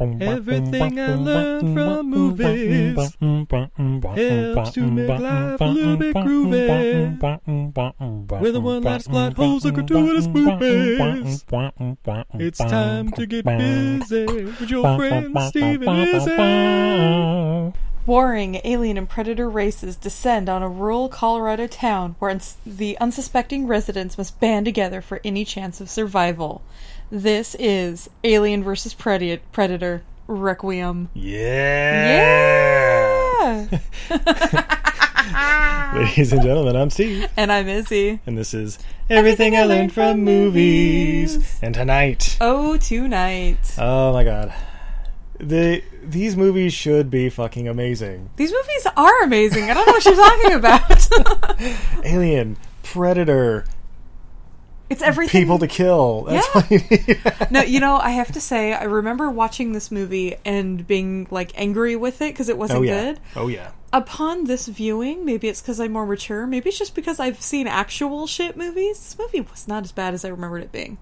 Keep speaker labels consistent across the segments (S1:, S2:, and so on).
S1: Everything I learned from movies helps to make life a little bit groovy. With a one-liner plot holes and gratuitous movies, it's time to get busy with your friend Steven Izzy.
S2: Warring alien and predator races descend on a rural Colorado town where uns- the unsuspecting residents must band together for any chance of survival. This is Alien vs. Predi- Predator Requiem.
S1: Yeah.
S2: Yeah!
S1: Ladies and gentlemen, I'm Steve.
S2: and I'm Izzy.
S1: And this is Everything I Learned from Movies.
S2: Movies.
S1: And tonight,
S2: Oh, tonight.
S1: oh my god. The, these movies should be fucking amazing.
S2: These movies are amazing. I don't know what you're talking about.
S1: Alien, Predator,
S2: it's everything.
S1: People to Kill. That's
S2: Yeah.
S1: what you-
S2: No, you know, I have to say, I remember watching this movie and being like angry with it because it wasn't
S1: oh yeah.
S2: good.
S1: Oh yeah.
S2: Upon this viewing, maybe it's because I'm more mature. Maybe it's just because I've seen actual shit movies. This movie was not as bad as I remembered it being.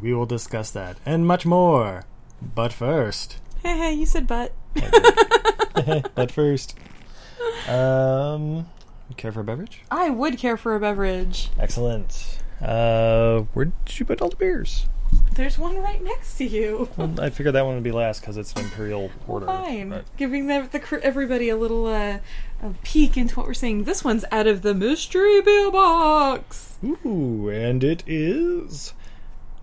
S1: We will discuss that and much more. But first,
S2: Hey, hey, you said butt.
S1: but first, um, care for a beverage?
S2: I would care for a beverage.
S1: Excellent. Uh, where did you put all the beers?
S2: There's one right next to you.
S1: Well, I figured that one would be last because it's an imperial order.
S2: Fine,
S1: but-
S2: giving the, the cr- everybody a little uh, a peek into what we're seeing. This one's out of the mystery beer box.
S1: Ooh, and it is.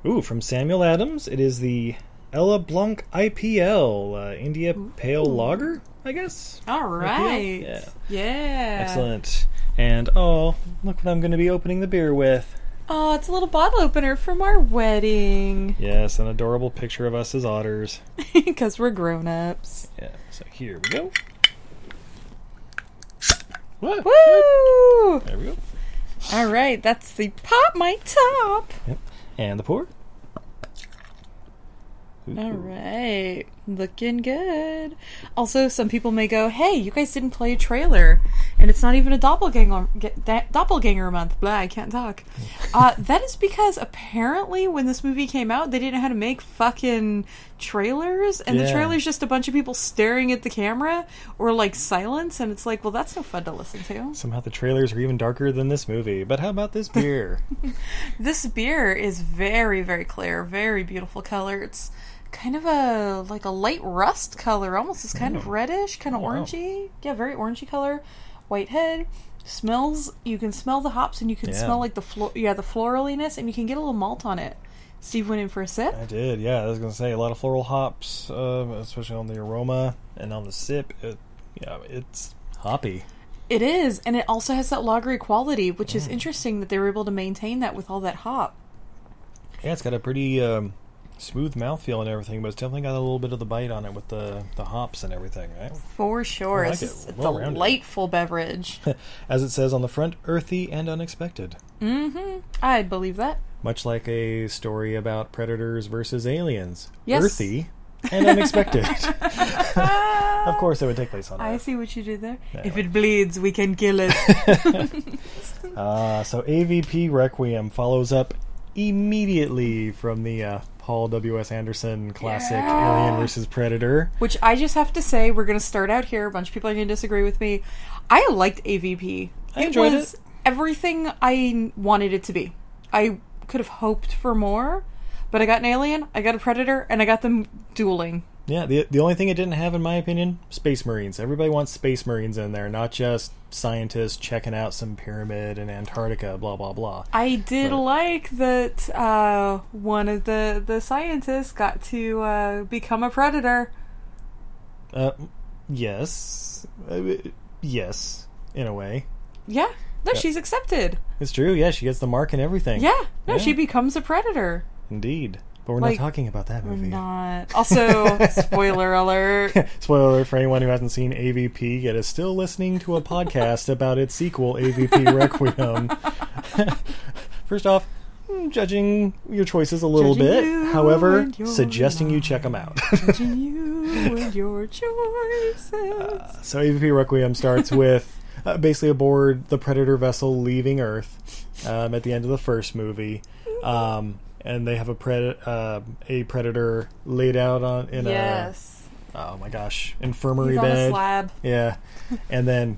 S1: Ooh, from Samuel Adams. It is the Ella Blanc IPL, uh, India Pale Lager, I guess.
S2: All right.
S1: Yeah.
S2: Yeah.
S1: Excellent. And oh, look what I'm going to be opening the beer with.
S2: Oh, it's a little bottle opener from our wedding.
S1: Yes, an adorable picture of us as otters.
S2: Because we're grown ups.
S1: Yeah, so here we go. What?
S2: Woo!
S1: There we go.
S2: All right, that's the Pop My Top.
S1: And the pour. Ooh.
S2: All right, looking good. Also, some people may go, hey, you guys didn't play a trailer. And it's not even a doppelganger, ge- da- doppelganger month. Blah, I can't talk. Uh, that is because apparently when this movie came out, they didn't know how to make fucking trailers. And
S1: Yeah.
S2: the trailer's just a bunch of people staring at the camera or like silence. And it's like, well, that's no fun to listen to.
S1: Somehow the trailers are even darker than this movie. But how about this beer?
S2: This beer is very, very clear, very beautiful color. It's kind of a like a light rust color, almost. It's kind of reddish, kind of
S1: Oh. wow.
S2: orangey. Yeah, very orangey color. White head. Smells. You can smell the hops, and you can
S1: Yeah.
S2: smell like the flo- yeah the floraliness, and you can get a little malt on it. Steve went in for a sip.
S1: I did, yeah. I was gonna say a lot of floral hops, um, especially on the aroma and on the sip. It, yeah, it's hoppy.
S2: It is, and it also has that lagery quality, which
S1: Mm.
S2: is interesting that they were able to maintain that with all that hop.
S1: Yeah, it's got a pretty um, smooth mouthfeel and everything, but it's definitely got a little bit of the bite on it with the the hops and everything, right?
S2: For sure,
S1: I like
S2: it's,
S1: it.
S2: just a
S1: Well-rounded.
S2: delightful beverage.
S1: As it says on the front, earthy and unexpected.
S2: I'd believe that.
S1: Much like a story about predators versus aliens.
S2: Yes.
S1: Earthy and unexpected. of course, it would take place on
S2: I
S1: Earth.
S2: see what you did there. If it bleeds, we can kill it.
S1: Uh, so AVP Requiem follows up immediately from the uh, Paul W.S. Anderson classic Alien versus Predator.
S2: Which I just have to say, we're going to start out here. A bunch of people are going to disagree with me. I liked AVP.
S1: I enjoyed
S2: was
S1: it.
S2: everything I wanted it to be. I could have hoped for more, but I got an alien, I got a predator, and I got them dueling.
S1: Yeah, the, the only thing it didn't have, in my opinion, Space Marines. Everybody wants Space Marines in there, not just scientists checking out some pyramid in Antarctica, blah, blah, blah.
S2: I did
S1: Right.
S2: like that uh, one of the, the scientists got to uh, become a predator.
S1: Uh, yes. Uh, yes, in a way.
S2: Yeah. No, she's accepted.
S1: It's true, yeah, she gets the mark and everything.
S2: Yeah. No,
S1: Yeah.
S2: she becomes a predator.
S1: Indeed. But we're
S2: Like,
S1: not talking about that
S2: We're
S1: movie.
S2: not. Also, spoiler alert.
S1: Spoiler alert for anyone who hasn't seen AVP yet is still listening to a podcast about its sequel, AVP Requiem. First off, mm, judging your choices a little
S2: Judging
S1: bit.
S2: you
S1: However,
S2: and your
S1: suggesting you check them out.
S2: Judging you and your choices.
S1: so AVP Requiem starts with uh, basically aboard the Predator vessel leaving Earth um, at the end of the first movie. Um, and they have a pred uh, a predator laid out on in
S2: yes.
S1: a oh my gosh infirmary
S2: He's on a
S1: bed.
S2: slab.
S1: Yeah, and then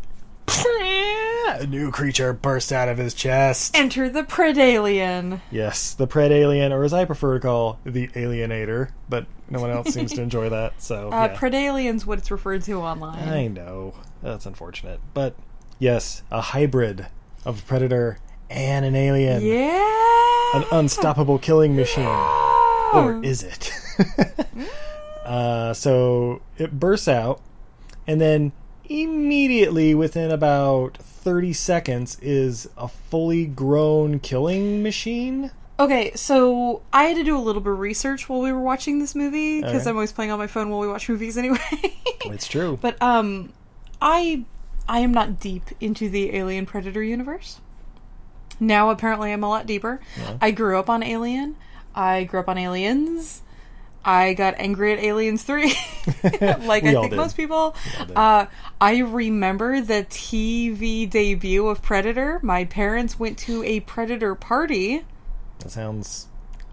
S1: a new creature bursts out of his chest.
S2: Enter the Predalien.
S1: Yes, the pred alien, or as I prefer to call, the alienator. But no one else seems to enjoy that. So
S2: Uh,
S1: yeah.
S2: Predalien's what it's referred to online.
S1: I know. That's unfortunate. But yes, a hybrid of a predator and an alien.
S2: Yeah.
S1: An unstoppable killing machine. Or is it? uh, so it bursts out, and then immediately within about 30 seconds is a fully grown killing machine.
S2: Okay, so I had to do a little bit of research while we were watching this movie because
S1: Okay.
S2: I'm always playing on my phone while we watch movies anyway.
S1: It's true.
S2: but um, I I am not deep into the Alien Predator universe. Now apparently I'm a lot deeper. I grew up on Alien. I grew up on Aliens. I got angry at Aliens Three, like
S1: We
S2: I
S1: all
S2: think
S1: did.
S2: most people.
S1: did.
S2: Uh, I remember the TV debut of Predator. My parents went to a Predator party.
S1: that sounds.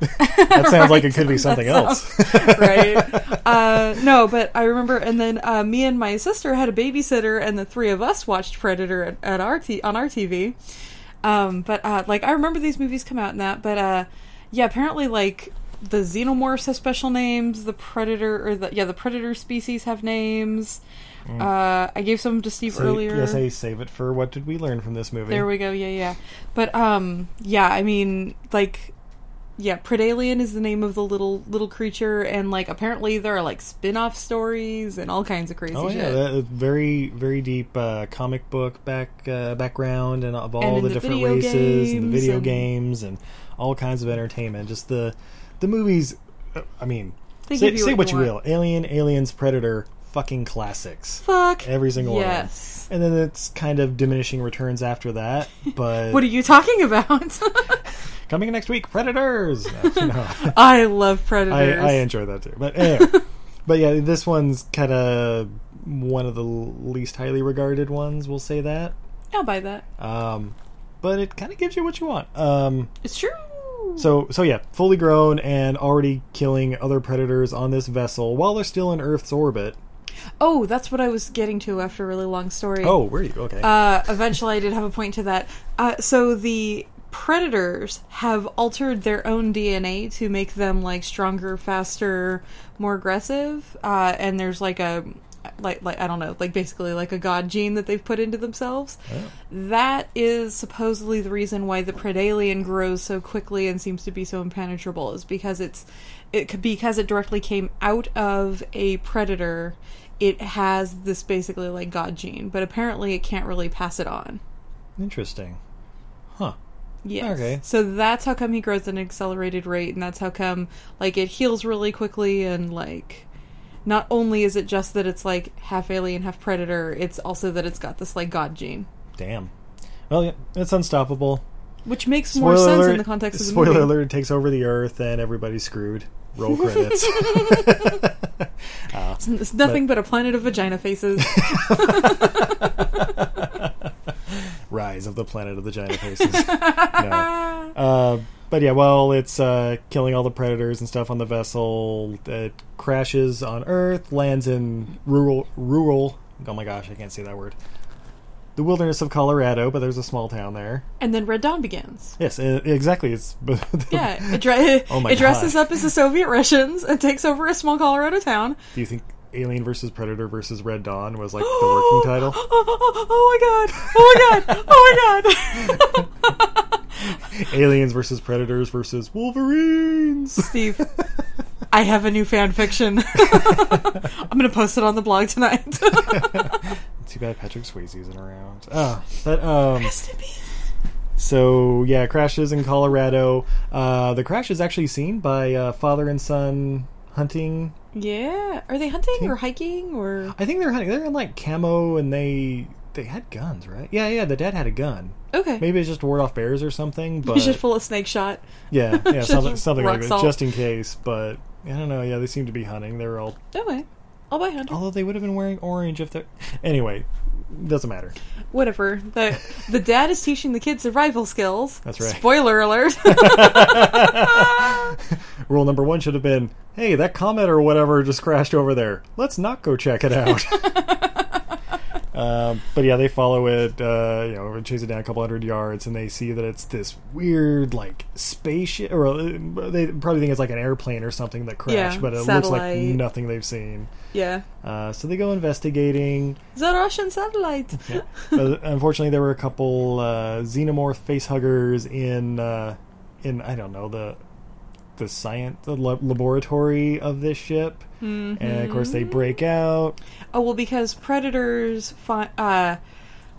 S1: that sounds like it could be
S2: That
S1: something
S2: sounds-
S1: else.
S2: right? Uh, no, but I remember, and then uh, me and my sister had a babysitter, and the three of us watched Predator at, at our t- on our TV. Um, but uh, like, I remember these movies come out in that, but uh, yeah, apparently, like the xenomorphs have special names. The predator, or the yeah, the predator species have names. Uh, I gave some to Steve
S1: Mm. So,
S2: earlier.
S1: yes, I save it for what did we learn from this movie?
S2: There we go. Yeah, yeah. But um, yeah. I mean, like, yeah. Predalien is the name of the little little creature, and like, apparently there are like spin-off stories and all kinds of crazy
S1: Oh yeah,
S2: shit.
S1: that, uh, very very deep uh, comic book back uh, background and of all
S2: And in
S1: the,
S2: the
S1: different
S2: video
S1: races and the
S2: games
S1: video
S2: and-
S1: games and all kinds of entertainment. Just the the movies. uh, I mean,
S2: They
S1: say,
S2: give
S1: say what you
S2: want.
S1: will. Alien, Aliens, Predator, fucking classics.
S2: Fuck
S1: Every single one of them.
S2: Yes.
S1: And then it's kind of diminishing returns after that. But
S2: What are you talking about?
S1: coming next week, Predators. No, no.
S2: I love predators.
S1: I, I enjoy that too. But anyway, but yeah, this one's kind of one of the least highly regarded ones. We'll say that.
S2: will buy that.
S1: Um, but it kind of gives you what you want. Um,
S2: It's true.
S1: so so yeah, fully grown and already killing other predators on this vessel while they're still in Earth's orbit.
S2: oh, that's what I was getting to after a really long story.
S1: Oh, were you okay?
S2: uh, eventually I did have a point to that. Uh, so the predators have altered their own DNA to make them like stronger, faster, more aggressive. Uh, and there's like a like like I don't know, like basically like a god gene that they've put into themselves.
S1: Oh,
S2: That is supposedly the reason why the predalien grows so quickly and seems to be so impenetrable is because it's it could- because it directly came out of a predator it has this basically like god gene, but apparently it can't really pass it on.
S1: Interesting. Huh.
S2: Yes.
S1: Okay.
S2: So that's how come he grows at an accelerated rate, and that's how come like it heals really quickly, and like not only is it just that it's like half alien, half predator, it's also that it's got this like god gene,
S1: Damn. Well, yeah, it's unstoppable.
S2: which makes more
S1: Spoiler
S2: sense
S1: alert-
S2: in the context of the
S1: spoiler
S2: movie.
S1: alert: it takes over the Earth and everybody's screwed. Roll credits.
S2: It's, it's nothing but a planet of vagina faces.
S1: Rise of the Planet of the Giant Faces. no. uh, but yeah, well, it's uh, killing all the predators and stuff on the vessel. It crashes on Earth, lands in rural, rural. Oh my gosh, I can't say that word. The wilderness of Colorado, but there's a small town there.
S2: and then Red Dawn begins.
S1: Yes, i exactly. It's
S2: Yeah, it, dre-
S1: Oh my
S2: it dresses
S1: God.
S2: up as the Soviet Russians and takes over a small Colorado town.
S1: Do you think Alien versus Predator versus Red Dawn was like the working title?
S2: Oh, oh, oh, oh my god! Oh my god! Oh my god!
S1: Aliens versus Predators versus Wolverines.
S2: Steve, I have a new fan fiction. I'm gonna post it on the blog tonight.
S1: Too bad Patrick Swayze isn't around. Oh, but um. So yeah, crashes in Colorado. Uh, the crash is actually seen by uh, father and son hunting.
S2: yeah, are they hunting or hiking or?
S1: I think they're hunting. They're in like camo, and they they had guns, right? Yeah, yeah. The dad had a gun.
S2: Okay,
S1: Maybe it's just to ward off bears or something. But
S2: he's just full of snake shot.
S1: yeah, yeah, something,
S2: just
S1: something
S2: rock
S1: like that,
S2: salt.
S1: just in case. But I don't know. Yeah, they seem to be hunting. They were all.
S2: Okay, I'll buy hunter.
S1: Although they would have been wearing orange if they're. Anyway, Doesn't matter.
S2: Whatever. The the dad is teaching the kid survival skills.
S1: That's right.
S2: Spoiler alert.
S1: Rule number one should have been, "Hey, that comet or whatever just crashed over there. Let's not go check it out." Um, but yeah, they follow it, uh, you know, chase it down a couple hundred yards, and they see that it's this weird, like, spaceship, or uh, they probably think it's like an airplane or something that crashed,
S2: Yeah,
S1: but it looks like
S2: satellite.
S1: nothing they've seen.
S2: yeah.
S1: Uh, so they go investigating.
S2: Is that a Russian satellite?
S1: Yeah. but unfortunately, there were a couple uh, xenomorph face huggers in uh, in I don't know the the science the lab- laboratory of this ship, and of course
S2: Mm-hmm.
S1: they break out.
S2: Oh well, because predators find. Uh,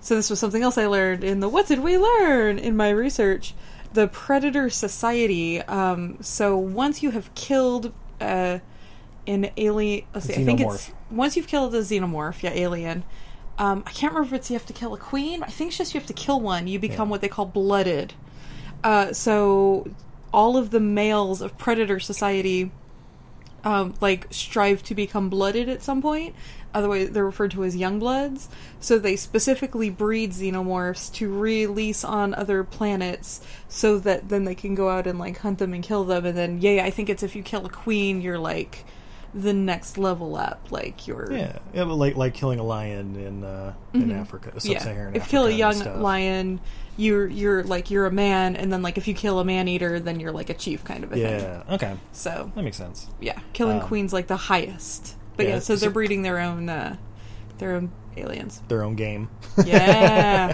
S2: so this was something else I learned in the "What did we learn?" in my research. The predator society. Um, so once you have killed uh, an alien, let's see, I think it's once you've killed a xenomorph, yeah, alien. Um, I can't remember if it's you have to kill a queen. I think it's just you have to kill one. You become
S1: Yeah.
S2: what they call blooded. Uh, so all of the males of predator society um, like strive to become blooded at some point. Otherwise, they're referred to as young bloods. So they specifically breed xenomorphs to release on other planets, so that then they can go out and like hunt them and kill them. And then, yeah, I think it's if you kill a queen, you're like the next level up. Like you're
S1: Yeah, yeah but like like killing a lion in uh, in Africa, sub-Saharan
S2: Mm-hmm.
S1: Africa
S2: If you kill a
S1: and
S2: young
S1: stuff.
S2: lion, you're you're like you're a man, and then like if you kill a man eater, then you're like a chief kind of a thing.
S1: Yeah. Okay,
S2: So
S1: that makes sense.
S2: yeah, killing
S1: Um,
S2: queens like the highest. But yeah,
S1: yeah,
S2: so
S1: so-
S2: they're breeding their own uh, their own aliens.
S1: Their own game.
S2: Yeah.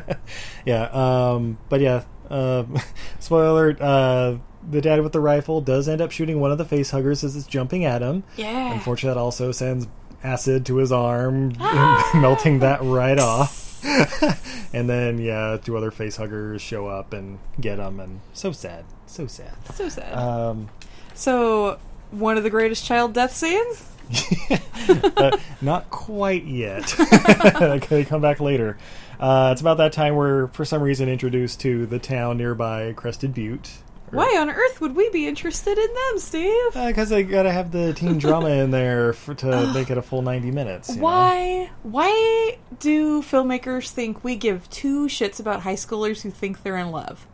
S1: yeah. Um, but yeah. Uh, spoiler alert. Uh, the dad with the rifle does end up shooting one of the face huggers as it's jumping at him.
S2: Yeah.
S1: Unfortunately, that also sends acid to his arm, melting that right off. and then, yeah, two other face huggers show up and get him, and so sad, so sad.
S2: so sad.
S1: Um,
S2: so one of the greatest child death scenes?
S1: but not quite yet. they come back later. Uh, it's about that time we're, for some reason, introduced to the town nearby, Crested Butte.
S2: Why on earth would we be interested in them, Steve?
S1: Because Uh, they gotta have the teen drama in there for, to make it a full ninety minutes. you know?
S2: Why? Why do filmmakers think we give two shits about high schoolers who think they're in love?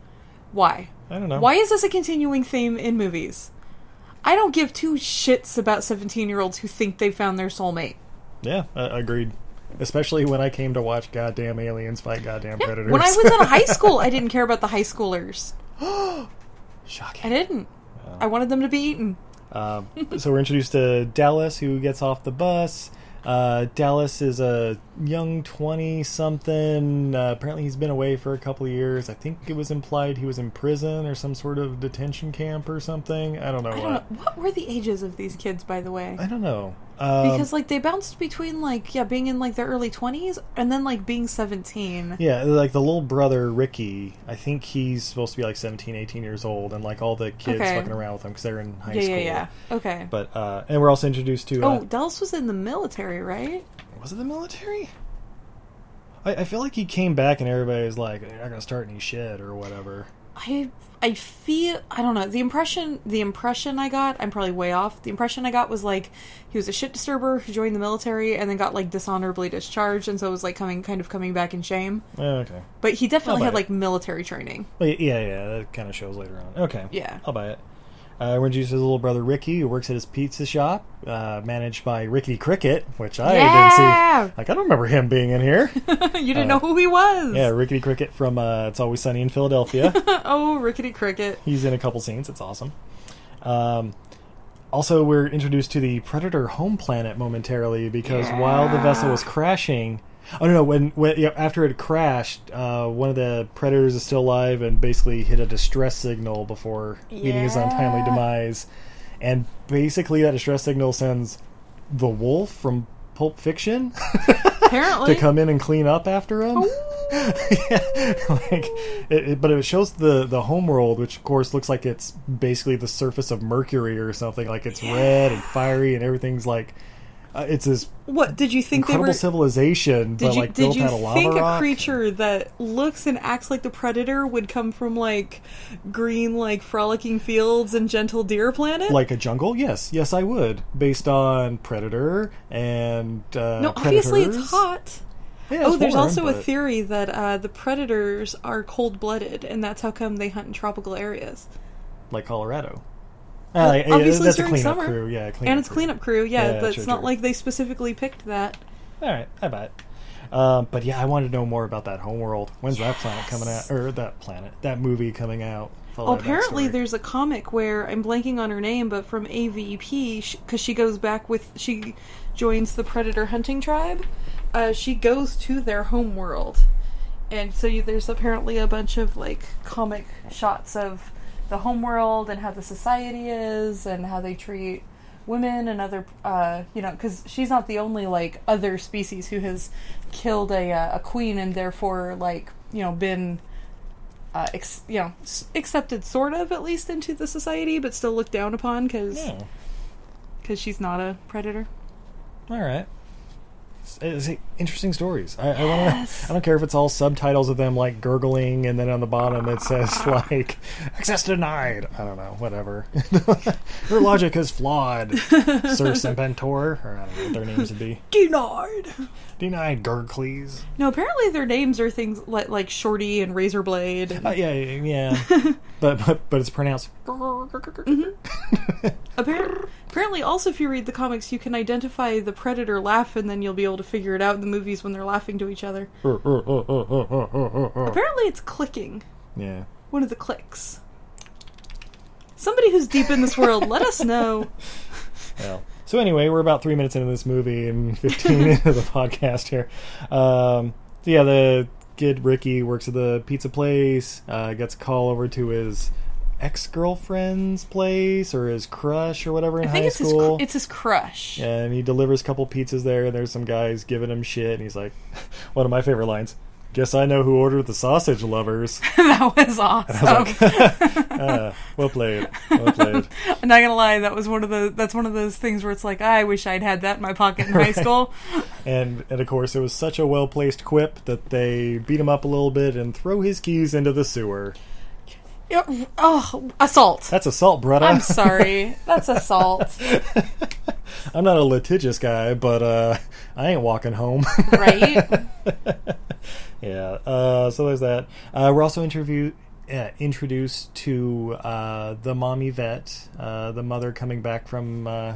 S2: Why?
S1: I don't know.
S2: Why is this a continuing theme in movies? I don't give two shits about 17 year olds who think they found their soulmate.
S1: Yeah, uh, agreed. Especially when I came to watch goddamn aliens fight goddamn predators.
S2: When I was in high school, I didn't care about the high schoolers. I
S1: Shocking.
S2: didn't. I wanted them to be eaten.
S1: Um, so we're introduced to Dallas, who gets off the bus. Uh, Dallas is a young 20 something. Uh, apparently, he's been away for a couple of years. I think it was implied he was in prison or some sort of detention camp or something. I don't know
S2: I
S1: what.
S2: don't know. What were the ages of these kids, by the way?
S1: I don't know. Um,
S2: Because, like, they bounced between, like, yeah, being in, like, their early 20s and then, like, being 17.
S1: Yeah, like the little brother Ricky, I think he's supposed to be like 17, 18 years old, and like all the kids
S2: Okay.
S1: fucking around with him because they're in high
S2: Yeah,
S1: school.
S2: yeah, yeah. Okay.
S1: But uh, and we're also introduced to uh,
S2: oh, Dallas was in the military, right?
S1: was it the military? I, I feel like he came back and everybody was like, "You're not gonna start any shit" or whatever.
S2: I I feel I don't know the impression the impression I got I'm probably way off the impression I got was like he was a shit disturber who joined the military and then got like dishonorably discharged and so was like coming kind of coming back in shame
S1: Oh, okay,
S2: but he definitely
S1: I'll
S2: had
S1: buy it.
S2: like military training
S1: Well, y- yeah, yeah, that kind of shows later on. Okay,
S2: Yeah.
S1: I'll buy it. Uh, we're introduced to his little brother Ricky, who works at his pizza shop, uh, managed by Ricky Cricket, which I
S2: Yeah!
S1: didn't see. Like I don't remember him being in here.
S2: you didn't know who he was
S1: Oh. Yeah, Rickety Cricket from uh, It's Always Sunny in Philadelphia.
S2: oh rickety cricket
S1: He's in a couple scenes. It's awesome. Um, also, we're introduced to the Predator home planet momentarily because while the vessel was crashing, oh no, no when, when yeah, after it crashed, uh, one of the Predators is still alive and basically hit a distress signal before meeting his untimely
S2: Yeah.
S1: demise. And basically, that distress signal sends the Wolf from Pulp Fiction
S2: apparently
S1: to come in and clean up after him. Yeah, like, it, it- but it shows the the homeworld, which of course looks like it's basically the surface of Mercury or something. Like it's red and fiery, and everything's like uh, it's this
S2: what did you think they
S1: incredible
S2: were
S1: civilization,
S2: did
S1: but
S2: you
S1: like
S2: did
S1: built
S2: you
S1: out of lava
S2: think a
S1: rock.
S2: creature that looks and acts like the predator would come from like green like frolicking fields and gentle deer planet
S1: like a jungle? Yes, yes, I would. Based on Predator and uh,
S2: No, obviously it's
S1: Predators.
S2: hot.
S1: Yeah,
S2: oh,
S1: it's
S2: there's
S1: warm,
S2: also a
S1: but-
S2: theory that uh, the predators are cold blooded, and that's how come they hunt in tropical areas.
S1: like Colorado.
S2: Well,
S1: Ah, yeah, yeah,
S2: obviously
S1: that's
S2: during
S1: a cleanup
S2: summer.
S1: crew. Yeah, cleanup
S2: and it's
S1: crew.
S2: cleanup crew, yeah,
S1: Yeah,
S2: but it's
S1: true,
S2: not
S1: true.
S2: like they specifically picked that.
S1: All right, I bet. Um, but yeah, I want to know more about that homeworld. When's that planet coming out?
S2: Yes.
S1: Or that planet, that movie coming out? Follow that
S2: Apparently,
S1: backstory.
S2: there's a comic where I'm blanking on her name, but from E AVP, because she goes back with she joins the predator hunting tribe. Uh, she goes to their home world, and so you, there's apparently a bunch of like comic shots of the home world and how the society is and how they treat women and other uh, you know because she's not the only like other species who has killed a uh, a queen and therefore like you know been uh, ex- you know s- accepted sort of at least into the society but still looked down upon because
S1: Yeah.
S2: she's not a predator
S1: All right. It's, it's interesting stories. I, I, wanna,
S2: Yes.
S1: I don't care if it's all subtitles of them like gurgling, and then on the bottom it says like access denied. I don't know, whatever. Your logic is flawed, Sir Sempentor, or I don't know what their names would be.
S2: Denied.
S1: Denied, Gurgles.
S2: No, apparently their names are things like like Shorty and Razorblade. and-
S1: Uh, yeah, yeah, yeah. but, but but it's pronounced.
S2: Appar- apparently, also if you read the comics, you can identify the predator laugh, and then you'll be able to figure it out in the movies when they're laughing to each other. Apparently, it's clicking.
S1: Yeah.
S2: One of the clicks. Somebody who's deep in this world, let us know.
S1: Well. So anyway, we're about three minutes into this movie and fifteen into the podcast here. Um, so yeah, the kid Ricky works at the pizza place. Uh, gets a call over to his ex girlfriend's place or his crush or whatever in
S2: I think
S1: high
S2: it's his,
S1: school.
S2: cr- it's his crush.
S1: and he delivers a couple pizzas there. There's some guys giving him shit, and he's like, one of my favorite lines. Guess I know who ordered the sausage lovers.
S2: that was awesome.
S1: Uh, well played. Well played.
S2: I'm not gonna lie, that was one of the that's one of those things where it's like I wish I'd had that in my pocket in high
S1: Right.
S2: school.
S1: And and of course, it was such a well placed quip that they beat him up a little bit and throw his keys into the sewer.
S2: Yeah, Oh, assault.
S1: That's assault, brother.
S2: I'm sorry. That's assault.
S1: I'm not a litigious guy, but uh, I ain't walking home.
S2: Right?
S1: yeah. Uh, so there's that. Uh, we're also interview. Uh, introduced to uh, the mommy vet, uh, the mother coming back from uh,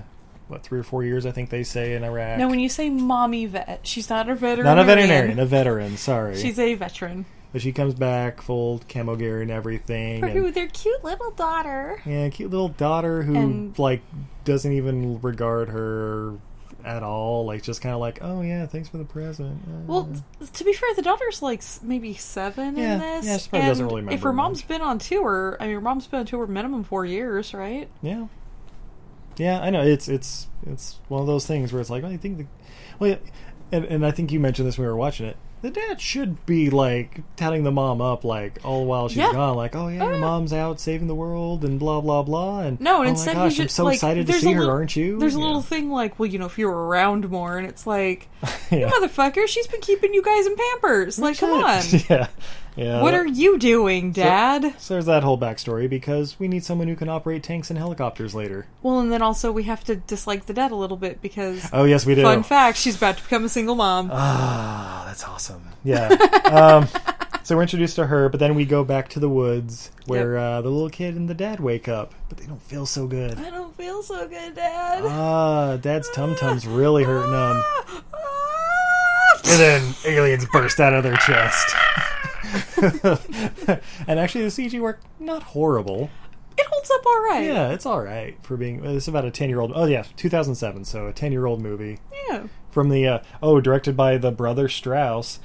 S1: what three or four years, I think they say in Iraq.
S2: Now, when you say mommy vet, she's not a veterinarian.
S1: not a veterinarian, a veteran. Sorry,
S2: She's a veteran.
S1: But she comes back full camo gear and everything.
S2: Her-
S1: and-
S2: Their cute little daughter.
S1: yeah, cute little daughter who
S2: And-
S1: like doesn't even regard her at all. Like just kind of like, oh yeah, thanks for the present. Uh,
S2: Well, t- to be fair, the daughter's like s- maybe seven
S1: Yeah,
S2: in this.
S1: yeah, she probably doesn't
S2: and
S1: really
S2: If her
S1: remember
S2: mom's
S1: much.
S2: been on tour, I mean, her mom's been on tour minimum four years, right?
S1: yeah, yeah, I know. It's it's it's one of those things where it's like, well, I think, the, well, yeah, and and I think you mentioned this when we were watching it. The dad should be like telling the mom up, like all while she's
S2: Yeah.
S1: gone, like, "Oh yeah,
S2: Oh,
S1: your
S2: yeah.
S1: mom's out saving the world and blah blah blah." And
S2: No, and
S1: oh
S2: instead
S1: my gosh,
S2: he
S1: I'm
S2: just
S1: so
S2: like
S1: excited to
S2: there's
S1: see
S2: a
S1: her,
S2: little,
S1: aren't you?
S2: There's a
S1: Yeah.
S2: little thing like, well, you know, if you were around more, and it's like,
S1: yeah.
S2: motherfucker, she's been keeping you guys in Pampers. Like, come on,
S1: yeah, yeah.
S2: what
S1: that-
S2: are you doing, Dad?
S1: So there's that whole backstory because we need someone who can operate tanks and helicopters later.
S2: Well, and then also we have to dislike the dad a little bit because
S1: Oh yes, we do.
S2: fun fact, she's about to become a single mom.
S1: Ah, that's awesome. Yeah. um, so we're introduced to her, but then we go back to the woods where uh, the little kid and the dad wake up, but they don't feel so good.
S2: I don't feel so good, Dad.
S1: Ah, dad's tum tum's really hurting them.
S2: Ah,
S1: And
S2: ah.
S1: then aliens burst out of their chest. and actually, the CG work not horrible.
S2: it holds up all right.
S1: Yeah, it's all right for being. It's about a ten year old. Oh yeah, two thousand seven. So a ten year old movie.
S2: Yeah.
S1: from the uh, oh directed by the brother strauss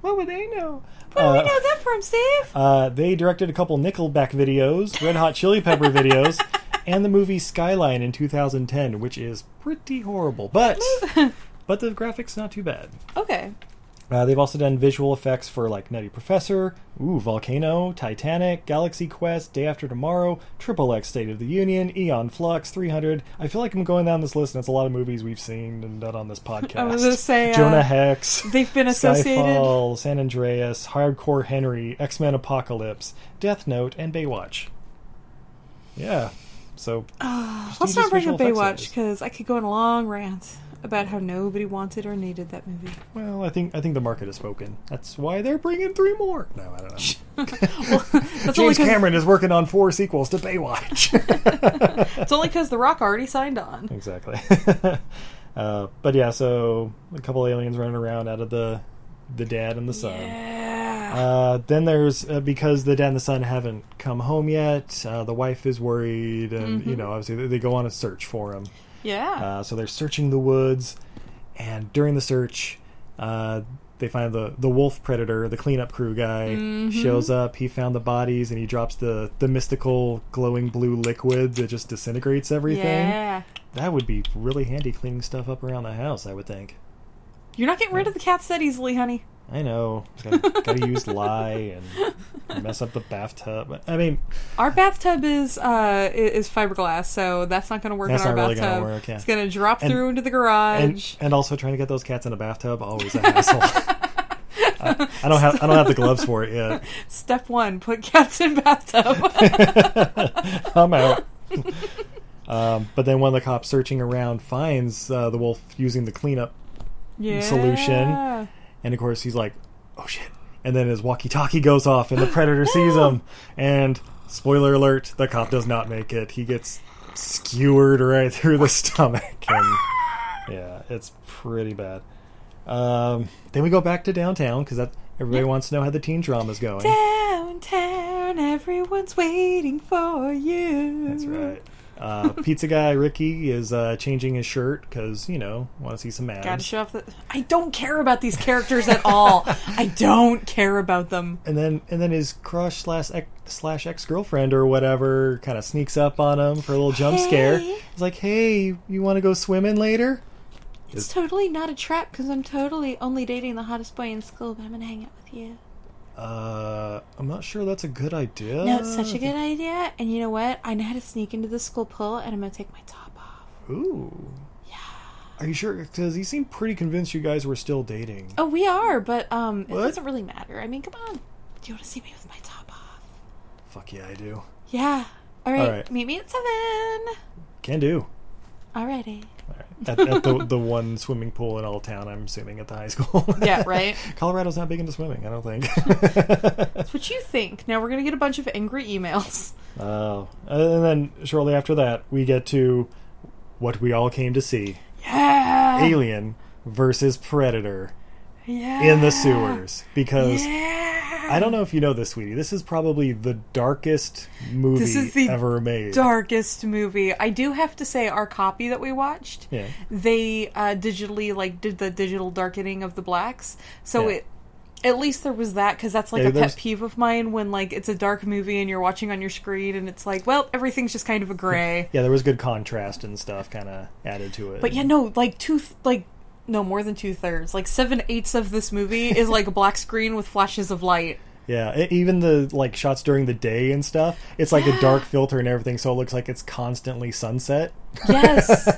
S1: what would they know
S2: Where do
S1: Uh,
S2: we know that from, Steve?
S1: uh, they directed a couple nickelback videos red hot chili pepper videos and the movie skyline in 2010 which is pretty horrible but but the graphics not too bad
S2: okay.
S1: uh, they've also done visual effects for like nutty professor ooh volcano titanic galaxy quest day after tomorrow triple x state of the union eon flux 300 i feel like i'm going down this list and it's a lot of movies we've seen and done on this podcast
S2: I was gonna say, uh,
S1: jonah hex
S2: They've been associated.
S1: Skyfall, San Andreas, Hardcore Henry, X Men Apocalypse, Death Note, and Baywatch. Yeah. So
S2: Let's
S1: do
S2: not
S1: visual
S2: bring up
S1: effects
S2: Ah, Baywatch
S1: artists.
S2: because I could go on a long rant about how nobody wanted or needed that movie.
S1: Well, I think I think the market has spoken. That's why they're bringing three more. No, I don't know.
S2: That's only
S1: James
S2: 'cause-
S1: Cameron is working on four sequels to Baywatch.
S2: It's only because The Rock already signed on.
S1: exactly. uh, but yeah, so a couple aliens running around out of the the dad and the son.
S2: Yeah.
S1: Uh, then there's uh, because the dad and the son haven't come home yet. Uh, the wife is worried, and you know, obviously they, they go on a search for him.
S2: yeah.
S1: Uh, so they're searching the woods, and during the search, uh, they find the the wolf predator, the cleanup crew guy, shows up. He found the bodies, and he drops the the mystical glowing blue liquid that just disintegrates everything.
S2: yeah.
S1: That would be really handy cleaning stuff up around the house, I would think.
S2: You're not getting rid of the cats that easily, honey.
S1: I know, gotta, gotta use lye and mess up the bathtub. I mean,
S2: Our bathtub is uh i- is fiberglass, so that's not going to work
S1: That's
S2: in our
S1: not really
S2: bathtub.
S1: gonna work, yeah.
S2: It's going to drop
S1: And-
S2: through into the garage.
S1: and, and also trying to get those cats in a bathtub always a hassle. I, I don't have I don't have the gloves for it yet.
S2: Step one: put cats in bathtub.
S1: I'm out. um, but then one of the cops searching around finds uh, the wolf using the cleanup,
S2: yeah.
S1: Solution. and of course he's like, "Oh shit!" And then his walkie-talkie goes off, and the predator sees him. And spoiler alert: the cop does not make it. He gets skewered right through the stomach, and yeah, it's pretty bad. Um, then we go back to downtown because that everybody wants to know how the teen drama is going.
S2: Downtown, everyone's waiting for you.
S1: That's right. Uh, pizza guy Ricky is uh, changing his shirt because you know want to see some abs.
S2: Gotta show off the. I don't care about these characters at all. I don't care about them.
S1: And then and then his crush slash ex, slash ex girlfriend or whatever kind of sneaks up on him for a little jump scare.
S2: Hey.
S1: He's like, "Hey, you want to go swimming later?"
S2: It's totally not a trap because I'm totally only dating the hottest boy in school, but I'm gonna hang out with you.
S1: Uh, I'm not sure that's a good idea.
S2: No, it's such a good idea. And you know what? I know how to sneak into the school pool, and I'm gonna take my top off.
S1: Ooh. Are you sure? Because he seemed pretty convinced you guys were still dating.
S2: Oh, we are, but um, it
S1: What?
S2: doesn't really matter. I mean, come on. Do you want to see me with my top off?
S1: Fuck yeah, I do.
S2: Yeah. All right.
S1: All right.
S2: Meet me at seven.
S1: Can do.
S2: Alrighty.
S1: All right. At, at the the one swimming pool in all town, I'm assuming at the high school.
S2: Yeah, right?
S1: Colorado's not big into swimming, I don't think.
S2: What you think? Now we're gonna get a bunch of angry emails.
S1: Oh, and then shortly after that, we get to what we all came to see:
S2: Yeah.
S1: Alien versus Predator
S2: Yeah.
S1: in the sewers. Because
S2: Yeah.
S1: I don't know if you know this, sweetie, this is probably the darkest movie
S2: This is the
S1: ever made.
S2: darkest movie. I do have to say, our copy that we watched,
S1: Yeah.
S2: they uh, digitally like did the digital darkening of the blacks, so
S1: Yeah.
S2: it. At least there was that because that's like
S1: Yeah,
S2: a pet
S1: there's-
S2: peeve of mine when like it's a dark movie and you're watching on your screen and it's like, well, everything's just kind of a gray.
S1: Yeah, there was good contrast and stuff kind of added to it.
S2: But yeah, no, like two, th- like no more than two thirds, like seven eighths of this movie is like a black screen with flashes of light.
S1: yeah, e- even the like shots during the day and stuff, it's like a dark filter and everything, so it looks like it's constantly sunset.
S2: Yes,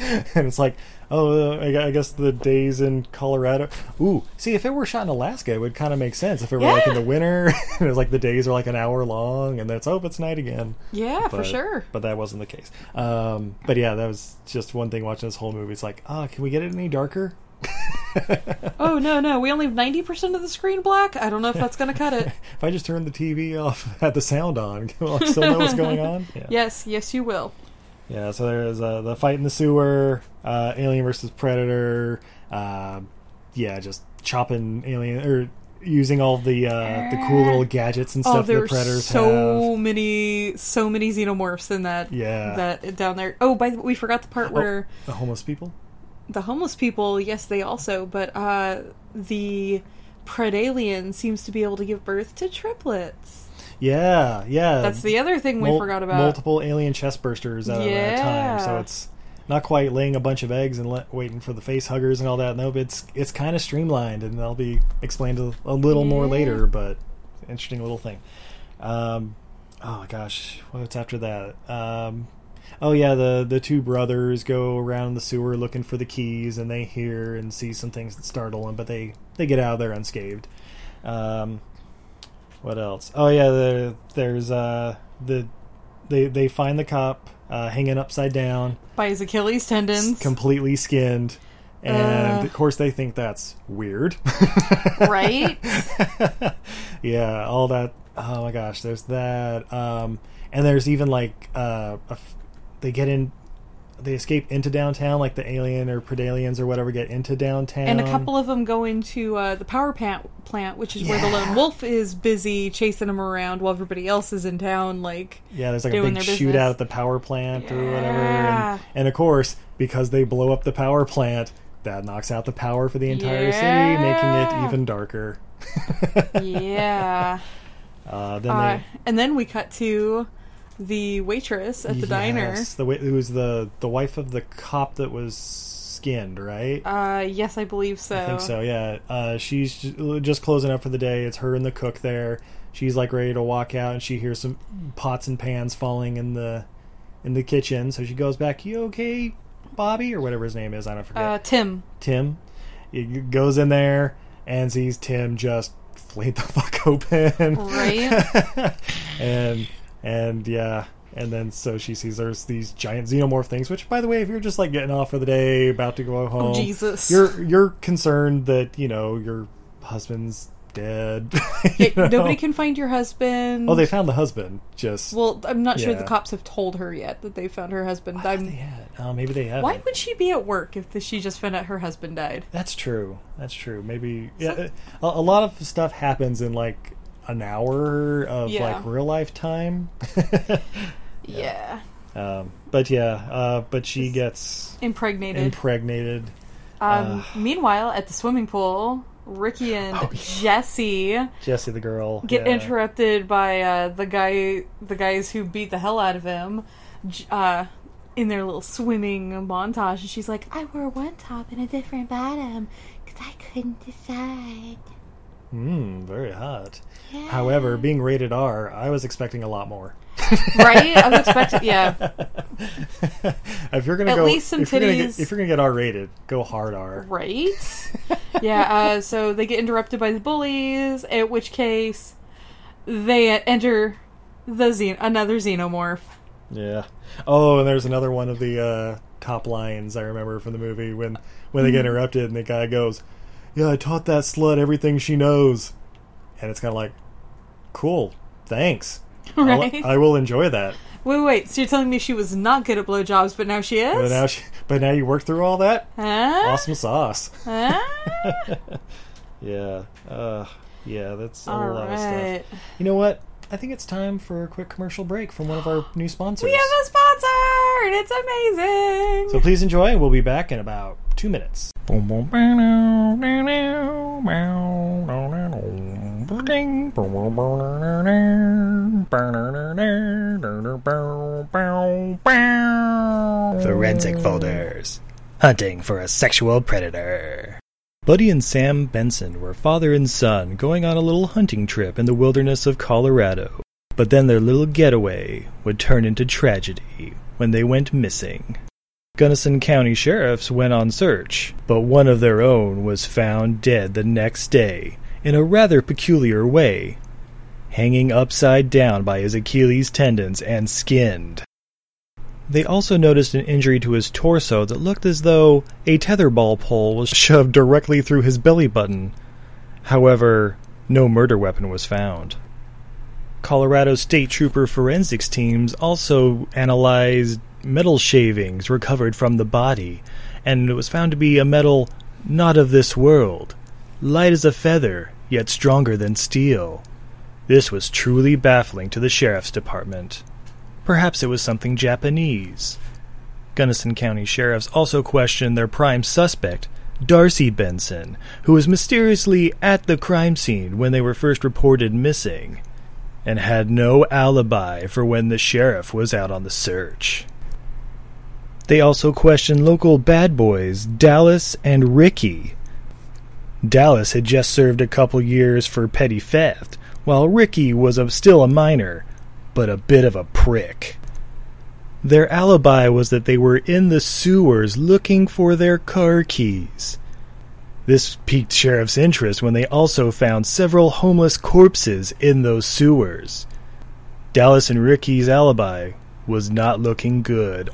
S1: and it's like, oh, uh, I gu- I guess the days in Colorado. Ooh, see, if it were shot in Alaska, it would kind of make sense. If it were like in
S2: Yeah.
S1: the winter, and it was like the days are like an hour long, and then it's oh, it's night again.
S2: yeah, for
S1: But-
S2: sure.
S1: But that wasn't the case. Um, but yeah, that was just one thing watching this whole movie. It's like, ah, can we get it any darker?
S2: Oh no, no, we only have ninety percent of the screen black. I don't know if that's gonna cut it.
S1: If I just turned the TV off, had the sound on, will I still know what's going on? Yeah.
S2: Yes, yes, you will.
S1: Yeah, so there's uh, the fight in the sewer, uh, Alien versus Predator. Uh, yeah, just chopping alien or using all the uh, the cool little gadgets and
S2: Oh,
S1: stuff that
S2: there
S1: the
S2: are
S1: Predators
S2: so
S1: have.
S2: many, so many xenomorphs in that.
S1: Yeah.
S2: that down there. Oh, by the, we forgot the part where
S1: Oh, The homeless people.
S2: the homeless people. Yes, they also, but uh, the predalien seems to be able to give birth to triplets.
S1: Yeah, yeah.
S2: That's the other thing we
S1: Mul-
S2: forgot about.
S1: multiple alien chest bursters at a time. So
S2: Yeah.
S1: it's not quite laying a bunch of eggs and le- waiting for the face huggers and all that. Nope, it's it's kind of streamlined, and that'll be explained a, a little more
S2: Yeah.
S1: later. But interesting little thing. Um, oh gosh, what's after that? Um, oh yeah, the the two brothers go around the sewer looking for the keys, and they hear and see some things that startle them, but they they get out of there unscathed. Um, what else? Oh yeah, the, there's uh the they they find the cop uh, hanging upside down,
S2: by his Achilles tendons.
S1: completely skinned.
S2: Uh.
S1: And of course, they think that's weird.
S2: right?
S1: yeah, all that. Oh my gosh, there's that. Um, and there's even like uh, a f- they get in, they escape into downtown, like the alien or predalians or whatever get into downtown.
S2: And a couple of them go into uh, the power plant, plant, which is where the
S1: Yeah.
S2: lone wolf is busy chasing him around while everybody else is in town. Like,
S1: Yeah, there's like a
S2: doing
S1: big
S2: their business.
S1: shootout at the power plant or whatever.
S2: Yeah.
S1: And, and of course, because they blow up the power plant, that knocks out the power for the entire city, making
S2: Yeah.
S1: it even darker.
S2: yeah.
S1: Uh, then
S2: Uh,
S1: they,
S2: and then we cut to the waitress at the diner.
S1: Yes, the wi- who's the the wife of the cop that was skinned, right?
S2: Uh, yes, I believe so.
S1: I think so. Yeah, uh, she's ju- just closing up for the day. It's her and the cook there. She's like ready to walk out, and she hears some pots and pans falling in the in the kitchen. So she goes back. You okay, Bobby, or whatever his name is? I don't forget.
S2: Uh, Tim.
S1: Tim. He g- goes in there and sees Tim just flayed the fuck open.
S2: Right.
S1: and and yeah. And then so she sees there's these giant xenomorph things, which by the way, if you're just like getting off for the day, about to go home.
S2: Oh, Jesus.
S1: You're you're concerned that, you know, your husband's dead.
S2: Yeah,
S1: you know?
S2: Nobody can find your husband.
S1: Oh, they found the husband. Just
S2: Well, I'm not sure the
S1: Yeah.
S2: cops have told her yet that they found her husband.
S1: What
S2: I'm,
S1: they had. Oh, maybe they have.
S2: why would she be at work if the, she just found out her husband died?
S1: That's true. That's true. Maybe yeah, a, a lot of stuff happens in like an hour of
S2: Yeah.
S1: like real life time.
S2: Yeah.
S1: um, but yeah, uh, but she gets
S2: Impregnated.
S1: impregnated.
S2: um, meanwhile, at the swimming pool, Ricky and
S1: Oh,
S2: Jesse
S1: Jesse the girl
S2: get
S1: yeah.
S2: interrupted by uh, the guy, the guys who beat the hell out of him, j- uh, in their little swimming montage. And she's like, "I wore one top and a different bottom because I couldn't decide."
S1: Mm, very hot. However, being rated R, I was expecting a lot more.
S2: Right? I was expecting, yeah,
S1: If you're gonna
S2: At
S1: go,
S2: least some
S1: if you're gonna get-
S2: titties.
S1: if you're gonna get R rated, go hard R.
S2: right. yeah, uh, so they get interrupted by the bullies, at which case they enter the xen- another xenomorph.
S1: Yeah. Oh, and there's another one of the uh, top lines I remember from the movie when when they get
S2: Hmm.
S1: interrupted and the guy goes, "Yeah, I taught that slut everything she knows," and it's kind of like, "Cool, thanks. I'll-
S2: Right?
S1: I will enjoy that."
S2: Wait, wait, so you're telling me she was not good at blowjobs, but now she
S1: But
S2: is?
S1: now, she, but now you work through all that.
S2: huh?
S1: Awesome sauce.
S2: Huh?
S1: Yeah. Uh, yeah, that's a
S2: All
S1: lot of stuff.
S2: right.
S1: You know what? I think it's time for a quick commercial break from one of our new sponsors.
S2: We have a sponsor! and It's amazing!
S1: So please enjoy, and we'll be back in about two minutes.
S3: Forensic folders. Hunting for a sexual predator.
S1: Buddy and Sam Benson were father and son going on a little hunting trip in the wilderness of Colorado. But then their little getaway would turn into tragedy when they went missing. Gunnison County sheriffs went on search, but one of their own was found dead the next day in a rather peculiar way, hanging upside down by his Achilles tendons and skinned. They also noticed an injury to his torso that looked as though a tetherball pole was shoved directly through his belly button. However, no murder weapon was found. Colorado State Trooper forensics teams also analyzed metal shavings recovered from the body, and it was found to be a metal not of this world, light as a feather, yet stronger than steel. This was truly baffling to the sheriff's department. Perhaps it was something Japanese. Gunnison County sheriffs also questioned their prime suspect, Darcy Benson, who was mysteriously at the crime scene when they were first reported missing, and had no alibi for when the sheriff was out on the search. They also questioned local bad boys, Dallas and Ricky. Dallas had just served a couple years for petty theft, while Ricky was a, still a minor, but a bit of a prick. Their alibi was that they were in the sewers looking for their car keys. This piqued sheriff's interest when they also found several homeless corpses in those sewers. Dallas and Ricky's alibi
S3: was not looking good.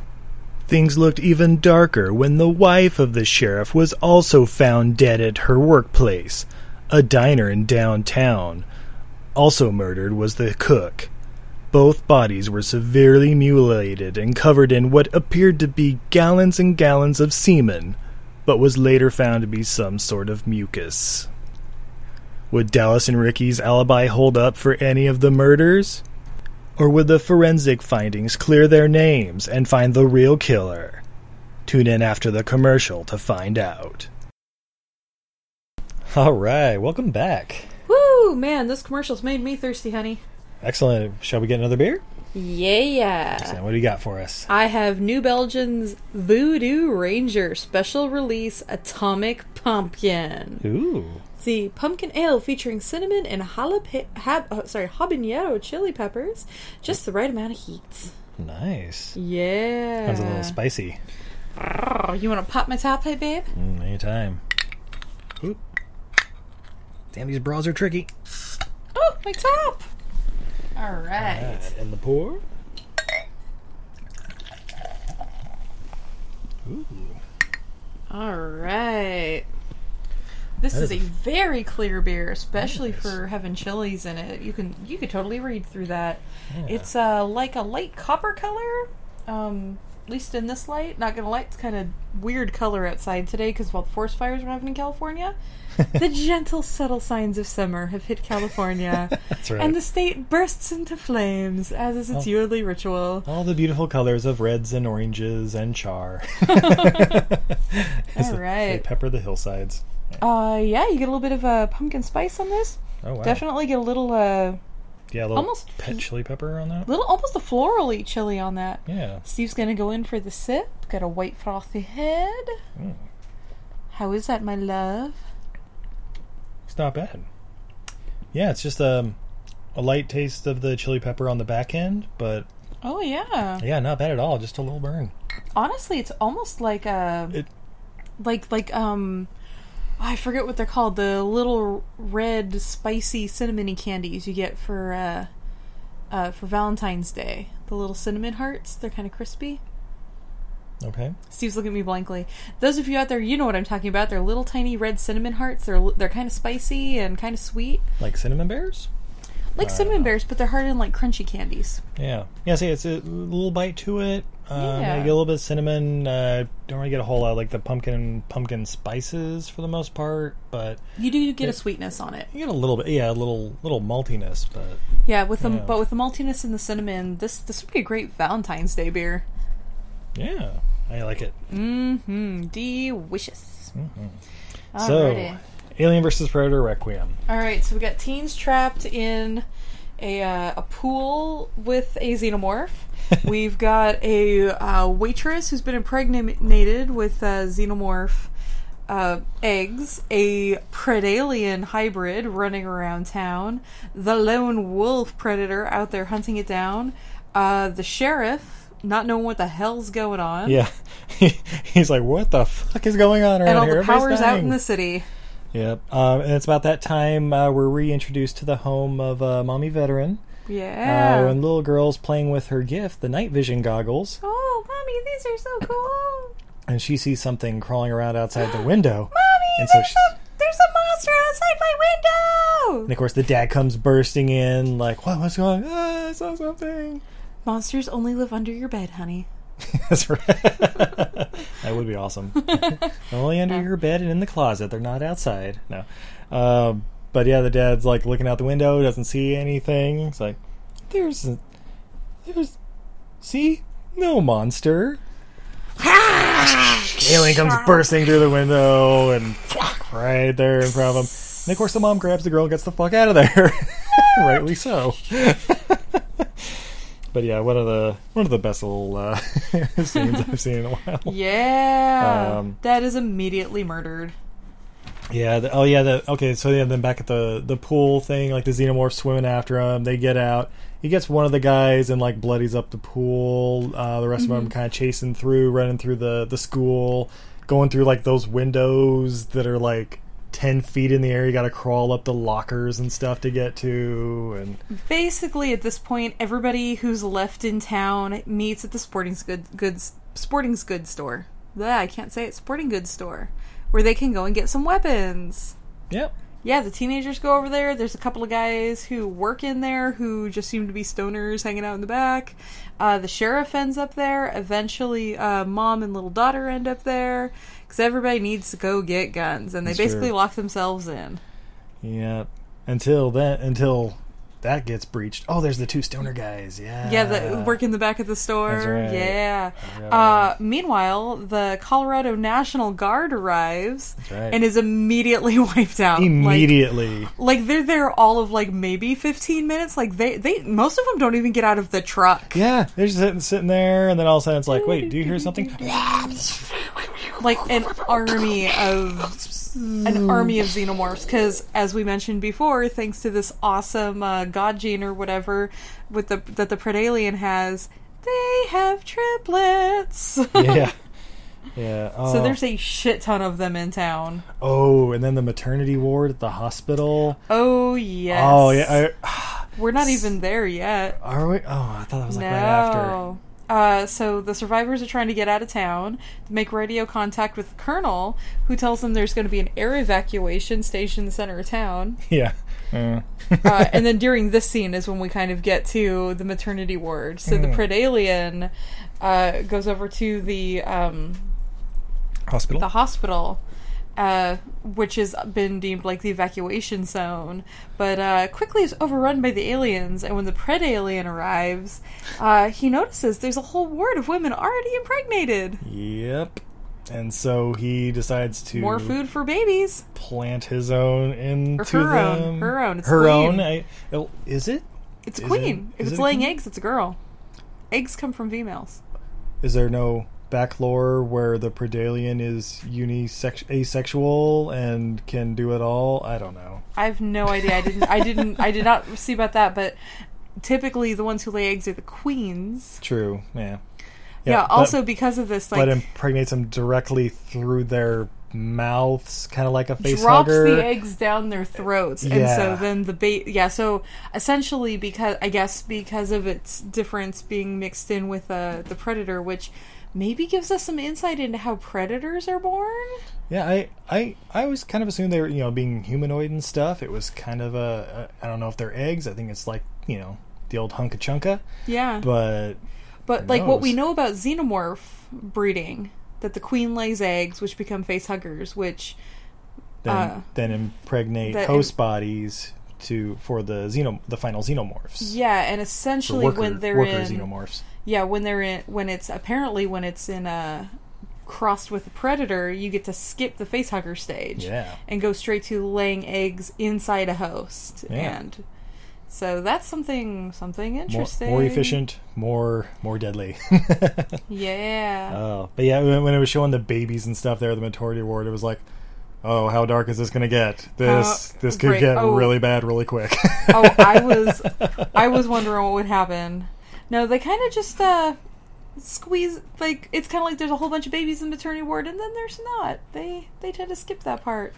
S3: Things looked even darker when the wife of the sheriff was also found dead at her workplace, a diner in downtown. Also murdered was the cook. Both bodies were severely mutilated and covered in what appeared to be gallons and gallons of semen, but was later found to be some sort of mucus. Would Dallas and Ricky's alibi hold up for any of the murders? Or would the forensic findings clear their names and find the real killer? Tune in after the commercial to find out.
S1: All right, welcome back.
S2: Woo, man, this commercial's made me thirsty, honey.
S1: Excellent. Shall we get another beer?
S2: Yeah.
S1: Sam, what do you got for us?
S2: I have New Belgium's Voodoo Ranger special release Atomic Pumpkin.
S1: Ooh.
S2: the pumpkin ale featuring cinnamon and jalap- hab- oh, sorry, habanero chili peppers, just the right amount of heat.
S1: Nice.
S2: Yeah.
S1: Sounds a little spicy.
S2: Oh, you want to pop my top, hey babe?
S1: Mm, anytime. Oop. Damn, these bras are tricky.
S2: Oh, my top. All right.
S1: Alright, and the pour. Ooh.
S2: All right. This
S1: That
S2: is a
S1: is-
S2: very clear beer, especially
S1: Nice.
S2: for having chilies in it. You can you could totally read through that. It's uh like a light copper color. Um at least in this light, not gonna lie, it's kind of weird color outside today because while the forest fires were happening in California, the gentle, subtle signs of summer have hit California,
S1: That's right.
S2: and the state bursts into flames as is its
S1: Oh.
S2: yearly ritual.
S1: All the beautiful colors of reds and oranges and char. As They
S2: right.
S1: pepper the hillsides.
S2: Uh, yeah, you get a little bit of uh, pumpkin spice on this.
S1: Oh wow.
S2: Definitely get a little uh,
S1: Yeah, a little
S2: almost
S1: pet
S2: fe-
S1: chili pepper on that.
S2: little almost a florally chili on that.
S1: Yeah.
S2: Steve's gonna go in for the sip. Got a white frothy head.
S1: Mm.
S2: How is that, my love?
S1: It's not bad. Yeah, it's just um, a light taste of the chili pepper on the back end, but
S2: Oh yeah.
S1: yeah, not bad at all. Just a little burn.
S2: Honestly, it's almost like a
S1: It-
S2: like like um. I forget what they're called. The little red spicy cinnamony candies you get for uh, uh, for Valentine's Day. The little cinnamon hearts. They're kind of crispy.
S1: Okay.
S2: Steve's looking at me blankly. Those of you out there, you know what I'm talking about. They're little tiny red cinnamon hearts. They're they're kind of spicy and kind of sweet,
S1: Like cinnamon bears?
S2: like cinnamon bears, but they're harder than like crunchy candies.
S1: Yeah. Yeah, see, it's a little bite to it. Um,
S2: Yeah.
S1: I get a little bit of cinnamon. Uh, don't really get a whole lot like the pumpkin pumpkin spices for the most part, but
S2: You do get a
S1: Yeah.
S2: sweetness on it,
S1: you get a little bit, yeah, a little little maltiness, but
S2: yeah. With the
S1: Yeah.
S2: but with the maltiness and the cinnamon, this this would be a great Valentine's Day beer.
S1: yeah, I like it.
S2: Mm-hmm. Delicious.
S1: So,
S2: Alrighty.
S1: Alien versus Predator Requiem.
S2: All right, so we got teens trapped in a, uh, a pool with a xenomorph. We've got a uh, waitress who's been impregnated with uh, xenomorph uh, eggs, a predalien hybrid running around town, the lone wolf predator out there hunting it down, uh, the sheriff not knowing what the hell's going on,
S1: Yeah, he's like, "What the fuck is going on around
S2: and all
S1: here?"
S2: the
S1: Everybody's
S2: powers out in
S1: dying."
S2: the city.
S1: Yep, um, and it's about that time uh, we're reintroduced to the home of uh, mommy veteran.
S2: Yeah.
S1: Uh, and little girl's playing with her gift, the night vision goggles,
S2: oh, mommy, these are so cool.
S1: and she sees something crawling around outside the window.
S2: Mommy,
S1: And so
S2: there's,
S1: she's-
S2: a, there's a monster outside my
S1: and
S2: window!
S1: of course, the dad comes bursting in, like, "What? What's going? on? Ah, I saw something."
S2: Monsters only live under your bed, honey.
S1: That's right. that would be awesome. Only under your bed and in the closet. They're not outside. No. Um, but yeah, the dad's like looking out the window, doesn't see anything. It's like, there's, there's, see, no monster. Alien comes bursting through the window and right there in front of him. And of course, the mom grabs the girl and gets the fuck out of there. Rightly so. but yeah, one of the one of the best little uh, scenes I've seen in a while.
S2: Yeah.
S1: Um,
S2: that is immediately murdered.
S1: Yeah. The, oh, yeah. The, okay. So yeah, then back at the the pool thing, like the xenomorph swimming after him. They get out. He gets one of the guys and like bloodies up the pool. Uh, the rest of them kind of chasing through, running through the the school, going through like those windows that are like ten feet in the air. You got to crawl up the lockers and stuff to get to. And
S2: Basically, at this point, everybody who's left in town meets at the sporting goods, goods sporting goods store. Bleh, I can't say it. Sporting goods store, where they can go and get some weapons.
S1: yep,
S2: Yeah, the teenagers go over there. There's a couple of guys who work in there who just seem to be stoners hanging out in the back. Uh, the sheriff ends up there. Eventually, uh, mom and little daughter end up there because everybody needs to go get guns, and they
S1: That's
S2: basically
S1: true.
S2: lock themselves in.
S1: yep. Until that, until that gets breached. Oh, there's the two stoner guys. Yeah,
S2: Yeah, the work in the back of the store.
S1: Ah. That's right.
S2: Yeah.
S1: forgot
S2: Uh, meanwhile, the Colorado National Guard arrives
S1: right.
S2: and is immediately wiped out. Like-
S1: immediately.
S2: Like, they're there all of like maybe fifteen minutes. Like they they most of them don't even get out of the truck.
S1: yeah, they're just sitting, sitting there, and then all of a sudden it's like, wait, do you hear something?
S2: Like an army of an army of xenomorphs. Because as we mentioned before, thanks to this awesome uh, God gene or whatever with the that the Predalien has, they have triplets.
S1: yeah, yeah.
S2: So
S1: oh.
S2: there's a shit ton of them in town.
S1: Oh, and then the maternity ward at the hospital.
S2: Oh yes.
S1: Oh yeah, I,
S2: We're not even there yet.
S1: are we? Oh, I thought that was like
S2: no.
S1: right after.
S2: Uh, so the survivors are trying to get out of town to make radio contact with the colonel, who tells them there's going to be an air evacuation stationed in the center of town.
S1: Yeah. Uh,
S2: Uh, and then during this scene is when we kind of get to the maternity ward. So the predalien uh, goes over to the um,
S1: hospital.
S2: the hospital, uh, which has been deemed like the evacuation zone, but uh, quickly is overrun by the aliens. And when the pred alien arrives, uh, he notices there's a whole ward of women already impregnated.
S1: Yep. And so he decides to
S2: More food for babies.
S1: plant his own into
S2: her own.
S1: them.
S2: Her own. It's
S1: her
S2: queen.
S1: own. I, oh, is it?
S2: It's
S1: Is
S2: queen.
S1: it-
S2: if
S1: is it
S2: it's
S1: a
S2: laying
S1: queen?
S2: eggs, it's a girl. Eggs come from females.
S1: Is there no back lore where the Predalien is unisex asexual and can do it all? I don't know.
S2: I have no idea. I didn't. I didn't. I did not see about that. But typically, the ones who lay eggs are the queens.
S1: True. Yeah.
S2: Yeah.
S1: but-
S2: also, because of this, like,
S1: but impregnates them directly through their mouths, kind of like a face
S2: drops
S1: hugger.
S2: the eggs down their throats, and
S1: Yeah.
S2: so then the bait. Yeah, so essentially, because I guess because of its difference being mixed in with uh, the predator, which maybe gives us some insight into how predators are born.
S1: Yeah, I, I, I always kind of assumed they were, you know, being humanoid and stuff. It was kind of a, a I don't know if they're eggs. I think it's like, you know, the old hunka chunka.
S2: Yeah, but,
S1: But
S2: like what we
S1: knows?
S2: know about xenomorph breeding, that the queen lays eggs, which become face huggers, which
S1: then,
S2: Uh,
S1: then impregnate
S2: the-
S1: host bodies to for the xeno the final xenomorphs.
S2: yeah, and
S1: For
S2: essentially
S1: worker,
S2: when they're
S1: worker
S2: in
S1: xenomorphs.
S2: Yeah, when they're in, when it's apparently when it's in a crossed with a predator, you get to skip the facehugger stage
S1: Yeah.
S2: and go straight to laying eggs inside a host,
S1: Yeah.
S2: and so that's something something
S1: More,
S2: interesting,
S1: more efficient, more more deadly.
S2: Yeah,
S1: oh, but yeah, when, when it was showing the babies and stuff there, the maturity ward, it was like, oh, how dark is this going to get? This
S2: How-
S1: this could
S2: great.
S1: get
S2: Oh.
S1: really bad really quick.
S2: oh, I was I was wondering what would happen. No, they kind of just uh squeeze like it's kind of like there's a whole bunch of babies in the maternity ward and then there's not. They they tend to skip that part.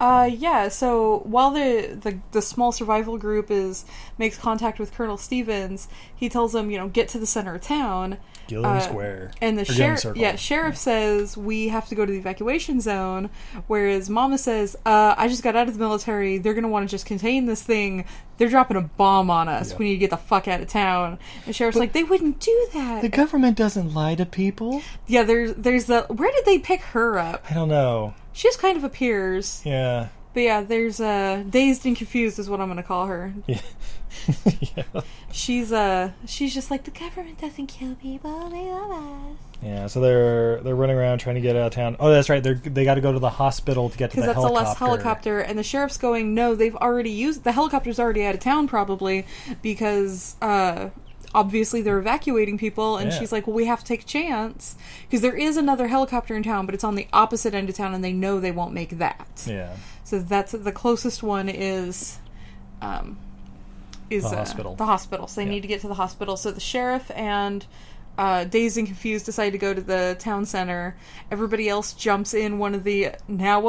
S2: Uh yeah, so while the the, the small survival group is makes contact with Colonel Stevens, he tells them, you know, get to the center of town.
S1: Gilliam
S2: Uh,
S1: Square
S2: And the
S1: or Gilliam
S2: sheriff,
S1: Circle.
S2: yeah, sheriff says we have to go to the evacuation zone, whereas Mama says, uh, "I just got out of the military. They're gonna want to just contain this thing. They're dropping a bomb on us.
S1: Yeah.
S2: We need to get the fuck out of town." And sheriff's like, "They wouldn't do that."
S1: The government doesn't lie to people.
S2: yeah, there's there's the where did they pick her up?
S1: I don't know.
S2: She just kind of appears,
S1: Yeah.
S2: but yeah, there's uh, dazed and confused is what I'm gonna call her.
S1: yeah.
S2: She's uh, she's just like the government doesn't kill people. They love us.
S1: Yeah, so they're they're running around trying to get out of town. Oh, that's right. They they got to go to the hospital to get to the
S2: because that's
S1: helicopter.
S2: a less helicopter and the sheriff's going no they've already used the helicopter's already out of town probably because uh obviously they're evacuating people and
S1: Yeah.
S2: she's like well we have to take a chance because there is another helicopter in town but it's on the opposite end of town and they know they won't make that
S1: Yeah,
S2: so that's the closest one is um is
S1: The
S2: uh,
S1: hospital.
S2: the hospital so they
S1: Yeah.
S2: need to get to the hospital so the sheriff and uh, dazed and confused, decide to go to the town center. Everybody else jumps in one of the now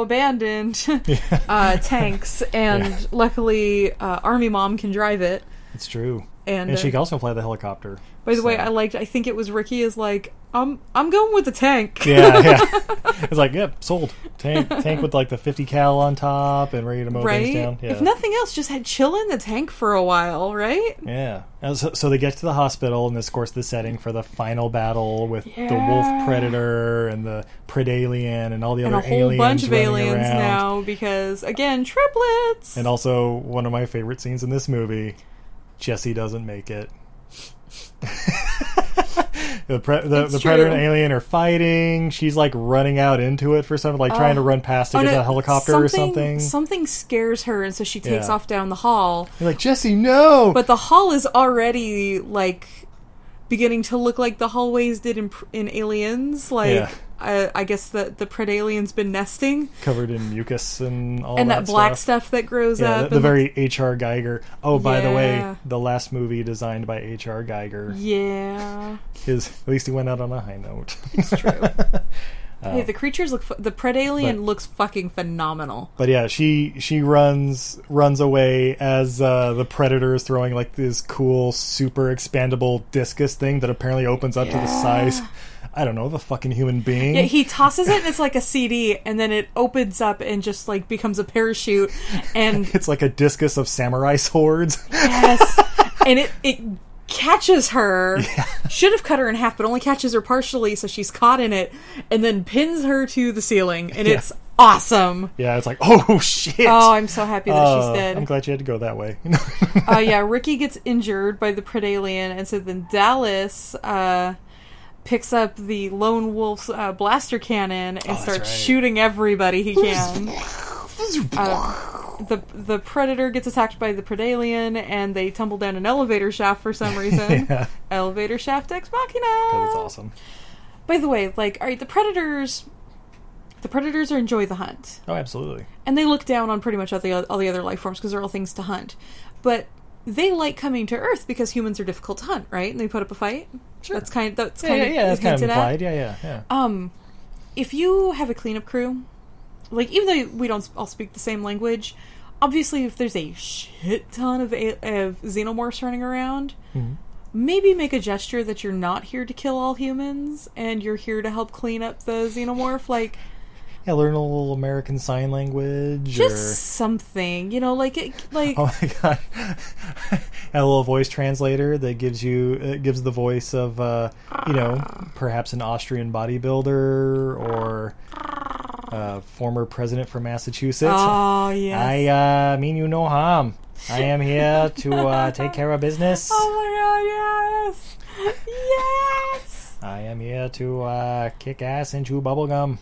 S2: abandoned uh, tanks, and
S1: Yeah.
S2: luckily, uh, Army Mom can drive it.
S1: It's true.
S2: And,
S1: she
S2: uh,
S1: can also fly the helicopter.
S2: By the way,
S1: so-
S2: I liked. I think it was Ricky is like, I'm I'm going with the tank.
S1: yeah, yeah. It's like, yep, sold. Tank, tank with like the 50 cal on top and ready to mow
S2: Right?
S1: things down. Yeah.
S2: If nothing else, just had chill in the tank for a while, right?
S1: Yeah. And So, so they get to the hospital, and this, of course, the setting for the final battle with the
S2: Yeah.
S1: wolf predator and the predalien and all the
S2: And a
S1: other
S2: whole
S1: aliens
S2: bunch of
S1: running
S2: aliens
S1: around.
S2: now because again, triplets.
S1: And also one of my favorite scenes in this movie, Jesse doesn't make it. the pre- the,
S2: It's
S1: the predator and
S2: true.
S1: alien are fighting. She's like running out into it for something, like trying to run past to
S2: Oh,
S1: get
S2: no,
S1: the helicopter or something.
S2: Something scares her, and so she takes
S1: Yeah.
S2: off down the hall.
S1: You're like Jesse, no.
S2: But the hall is already like beginning to look like the hallways did in, in Aliens. Like
S1: Yeah.
S2: I, I guess the the pred alien's been nesting,
S1: covered in mucus and all
S2: and that,
S1: that,
S2: black
S1: stuff.
S2: stuff. that grows
S1: Yeah,
S2: up.
S1: the, the
S2: and
S1: very H.R. Geiger. Oh, by the
S2: Yeah.
S1: way, the last movie designed by H.R. Geiger.
S2: yeah.
S1: His at least he went out on a high note.
S2: It's true.
S1: Oh.
S2: hey, the creatures look. Fu- the pred alien looks fucking phenomenal.
S1: But yeah, she she runs runs away as uh, the predator is throwing like this cool super expandable discus thing that apparently opens up to the size I don't know of a fucking human being.
S2: Yeah, he tosses it, and it's like a CD, and then it opens up and just like becomes a parachute, and
S1: it's like a discus of samurai swords.
S2: yes, and it it catches her. Should have cut her in half, but only catches her partially, so she's caught in it, and then pins her to the ceiling, and it's awesome.
S1: yeah, it's like oh shit.
S2: Oh, I'm so happy that
S1: Uh,
S2: she's dead.
S1: I'm glad you had to go that way.
S2: uh, yeah, Ricky gets injured by the Predalien, and so then Dallas uh, picks up the Lone Wolf's uh, blaster cannon and starts
S1: Oh, right.
S2: shooting everybody he can. Uh, the the predator gets attacked by the predalien and they tumble down an elevator shaft for some reason. Elevator shaft ex machina.
S1: That's awesome.
S2: By the way, like, all right, the predators, the predators are enjoy the hunt
S1: Oh, absolutely.
S2: and they look down on pretty much all the all the other life forms because they're all things to hunt. But they like coming to Earth because humans are difficult to hunt, right? And they put up a fight. Sure. That's kind. That's
S1: Yeah,
S2: kind
S1: yeah,
S2: of
S1: yeah, that's kind of
S2: hinted at.
S1: implied. Yeah, yeah, yeah.
S2: Um, if you have a cleanup crew, like even though we don't all speak the same language, obviously if there's a shit ton of a- of xenomorphs running around,
S1: Mm-hmm.
S2: maybe make a gesture that you're not here to kill all humans and you're here to help clean up the xenomorph. Like
S1: yeah, learn a little American Sign Language.
S2: just
S1: or...
S2: something, you know, like it, like
S1: Oh my god! a little voice translator that gives you uh, gives the voice of uh, you know perhaps an Austrian bodybuilder or uh, former president from Massachusetts.
S2: Oh yeah.
S1: I uh, mean you no harm. I am here to uh, take care of business.
S2: oh my god, yes. Yes.
S1: I am here to uh, kick ass and chew bubblegum.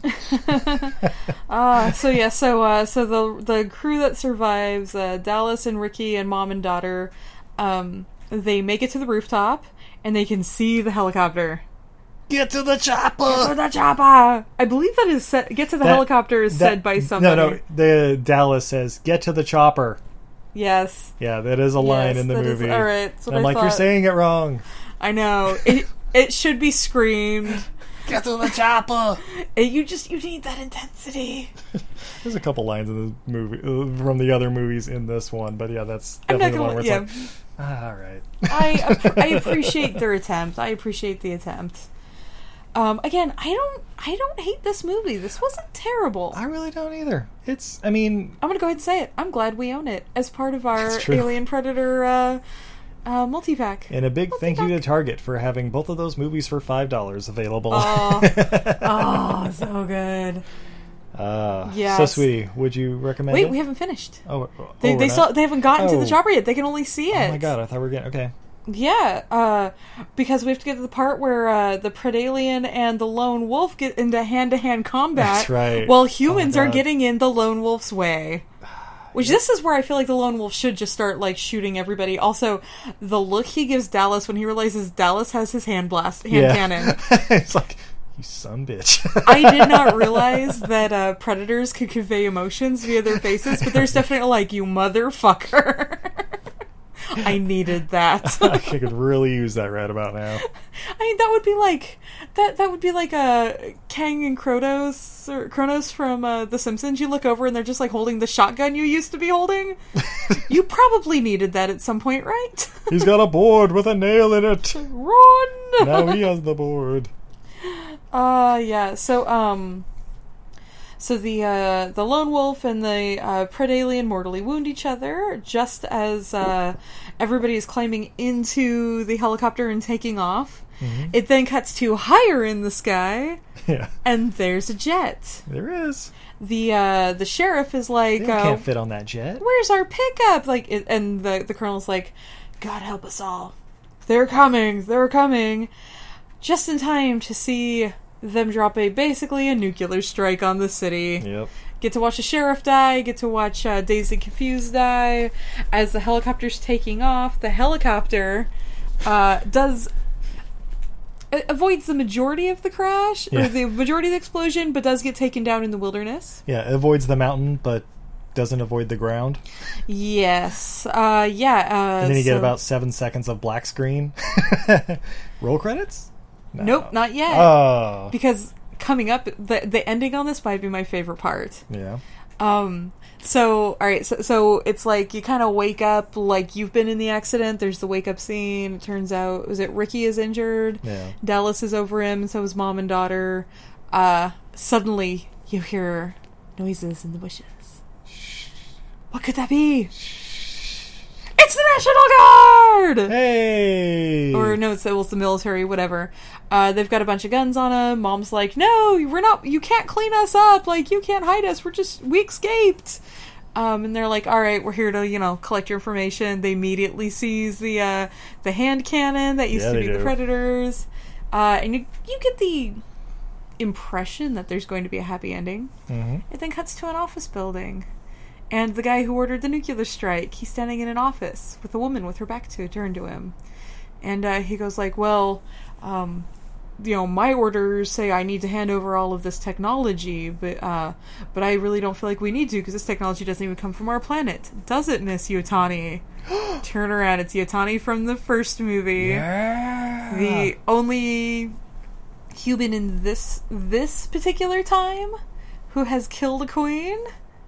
S2: Uh, so yeah, so uh so the the crew that survives, uh, Dallas and Ricky and mom and daughter, um, they make it to the rooftop and they can see the helicopter.
S1: Get to the chopper.
S2: Oh, the chopper! I believe that is said get to the
S1: That-
S2: helicopter is
S1: That-
S2: said by somebody.
S1: No, no. The Dallas says, "Get to the chopper."
S2: Yes.
S1: Yeah, that is a line
S2: Yes,
S1: in the
S2: that is-
S1: movie.
S2: all right, that's what
S1: And I'm
S2: I
S1: like, you're
S2: thought."
S1: saying it wrong.
S2: I know. It it should be screamed.
S1: Get to the chopper.
S2: It- you just you need that intensity.
S1: There's a couple lines in the movie uh, from the other movies in this one, but yeah, that's
S2: I'm not
S1: definitely the one
S2: gonna
S1: where it's
S2: yeah.
S1: like, ah, all right.
S2: I app- I appreciate their attempt. I appreciate the attempt. Um, again, I don't I don't hate this movie. This wasn't terrible.
S1: I really don't either. It's, I mean,
S2: I'm gonna go ahead and say it. I'm glad we own it as part of our
S1: That's true.
S2: Alien Predator uh, uh, multi pack.
S1: and a big thank you to
S2: fuck?
S1: Target for having both of those movies for five dollars available.
S2: Oh, oh, so good.
S1: Uh, So,
S2: yes.
S1: sweetie, would you recommend
S2: Wait,
S1: it?
S2: we haven't finished.
S1: Oh,
S2: They,
S1: oh,
S2: they
S1: we're
S2: still
S1: not?
S2: they haven't gotten to the
S1: Oh.
S2: chopper yet. They can only see it.
S1: Oh my god, I thought we were getting okay.
S2: Yeah, uh, because we have to get to the part where uh, the Predalien and the Lone Wolf get into hand to hand combat.
S1: That's right.
S2: While
S1: Oh my
S2: humans are
S1: God.
S2: getting in the Lone Wolf's way. Which this is where I feel like the Lone Wolf should just start like shooting everybody. Also, the look he gives Dallas when he realizes Dallas has his hand blast hand
S1: yeah,
S2: cannon.
S1: it's like you son bitch.
S2: I did not realize that uh, predators could convey emotions via their faces, but there's definitely like you motherfucker. I needed that.
S1: I could really use that right about now.
S2: I mean, that would be like that. That would be like a Kang and Kronos or Kronos from uh, The Simpsons. You look over and they're just like holding the shotgun you used to be holding. you probably needed that at some point, right?
S1: He's got a board with a nail in it.
S2: Run.
S1: Now he has the board.
S2: Uh yeah. So um so the uh the lone wolf and the uh pred alien mortally wound each other just as uh everybody is climbing into the helicopter and taking off. It then cuts to higher in the sky
S1: Yeah,
S2: and there's a jet.
S1: there is.
S2: The uh the sheriff is
S1: They
S2: like uh,
S1: can't fit on that jet.
S2: where's our pickup? Like, it, and the the colonel's like, God help us all. They're coming. They're coming. Just in time to see them drop a basically a nuclear strike on the city.
S1: Yep.
S2: Get to watch the sheriff die. Get to watch uh, Daisy Confused die. As the helicopter's taking off, the helicopter uh, does. a- Avoids the majority of the crash,
S1: Yeah.
S2: or the majority of the explosion, but does get taken down in the wilderness.
S1: Yeah, it avoids the mountain, but doesn't avoid the ground.
S2: Yes. Uh, yeah. Uh,
S1: And then you
S2: so-
S1: get about seven seconds of black screen. Roll credits? No.
S2: Nope, not yet.
S1: Oh.
S2: because coming up, the the ending on this might be my favorite part.
S1: Yeah.
S2: Um. So, all right. So, so it's like you kind of wake up, like you've been in the accident. There's the wake up scene. It turns out, was it Ricky is injured?
S1: Yeah.
S2: Dallas is over him. and So is mom and daughter. Uh. Suddenly, you hear noises in the bushes. What could that be? It's the National Guard.
S1: Hey.
S2: or no, it's, well, it's the military, whatever. Uh, they've got a bunch of guns on them. Mom's like, no, we're not. You can't clean us up. Like you can't hide us. We're just we escaped. Um, and they're like, all right, we're here to you know collect your information. They immediately seize the uh, the hand cannon that used
S1: Yeah,
S2: to
S1: they
S2: be the
S1: do.
S2: predators, uh, and you you get the impression that there's going to be a happy ending.
S1: Mhm.
S2: It then cuts to an office building. And the guy who ordered the nuclear strike, he's standing in an office with a woman with her back to turned to him. And uh, he goes like, "Well, um, you know, my orders say I need to hand over all of this technology, but uh, but I really don't feel like we need to because this technology doesn't even come from our planet, does it, Miss Yotani? Turn around, it's Yotani from the first movie,
S1: Yeah.
S2: the only human in this this particular time who has killed a queen,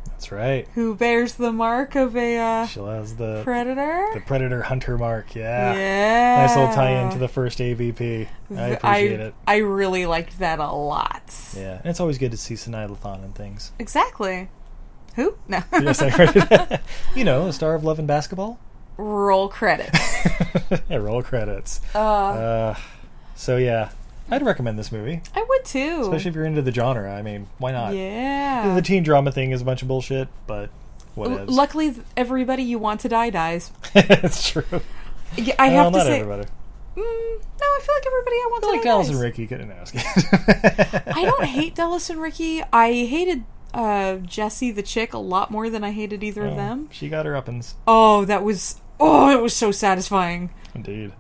S1: That's right.
S2: who bears the mark of a uh,
S1: She has the
S2: predator.
S1: the predator hunter mark. Yeah.
S2: yeah,
S1: Nice little tie-in to the first AVP. I
S2: Th-
S1: appreciate
S2: I,
S1: it.
S2: I really liked that a lot.
S1: Yeah, and it's always good to see Sinailathon and things.
S2: Exactly. Who? No.
S1: Yes, I heard it. you know, the star of Love and Basketball.
S2: Roll credits.
S1: yeah, roll credits.
S2: Uh,
S1: Uh, so yeah, I'd recommend this movie,
S2: I would too.
S1: especially if you're into the genre. I mean, why not?
S2: yeah.
S1: The teen drama thing is a bunch of bullshit, but
S2: L-
S1: whatevs.
S2: luckily, th- everybody you want to die dies.
S1: it's true.
S2: Yeah, I
S1: well,
S2: have
S1: Oh,
S2: to
S1: not
S2: say, mm,
S1: everybody.
S2: no, I feel like everybody I want
S1: I feel
S2: to
S1: like
S2: die
S1: Dallas
S2: dies.
S1: and Ricky couldn't ask it.
S2: I don't hate Dallas and Ricky. I hated uh, Jesse the chick a lot more than I hated either
S1: Oh.
S2: of them.
S1: She got her uppins,
S2: Oh, that was oh, it was so satisfying.
S1: indeed.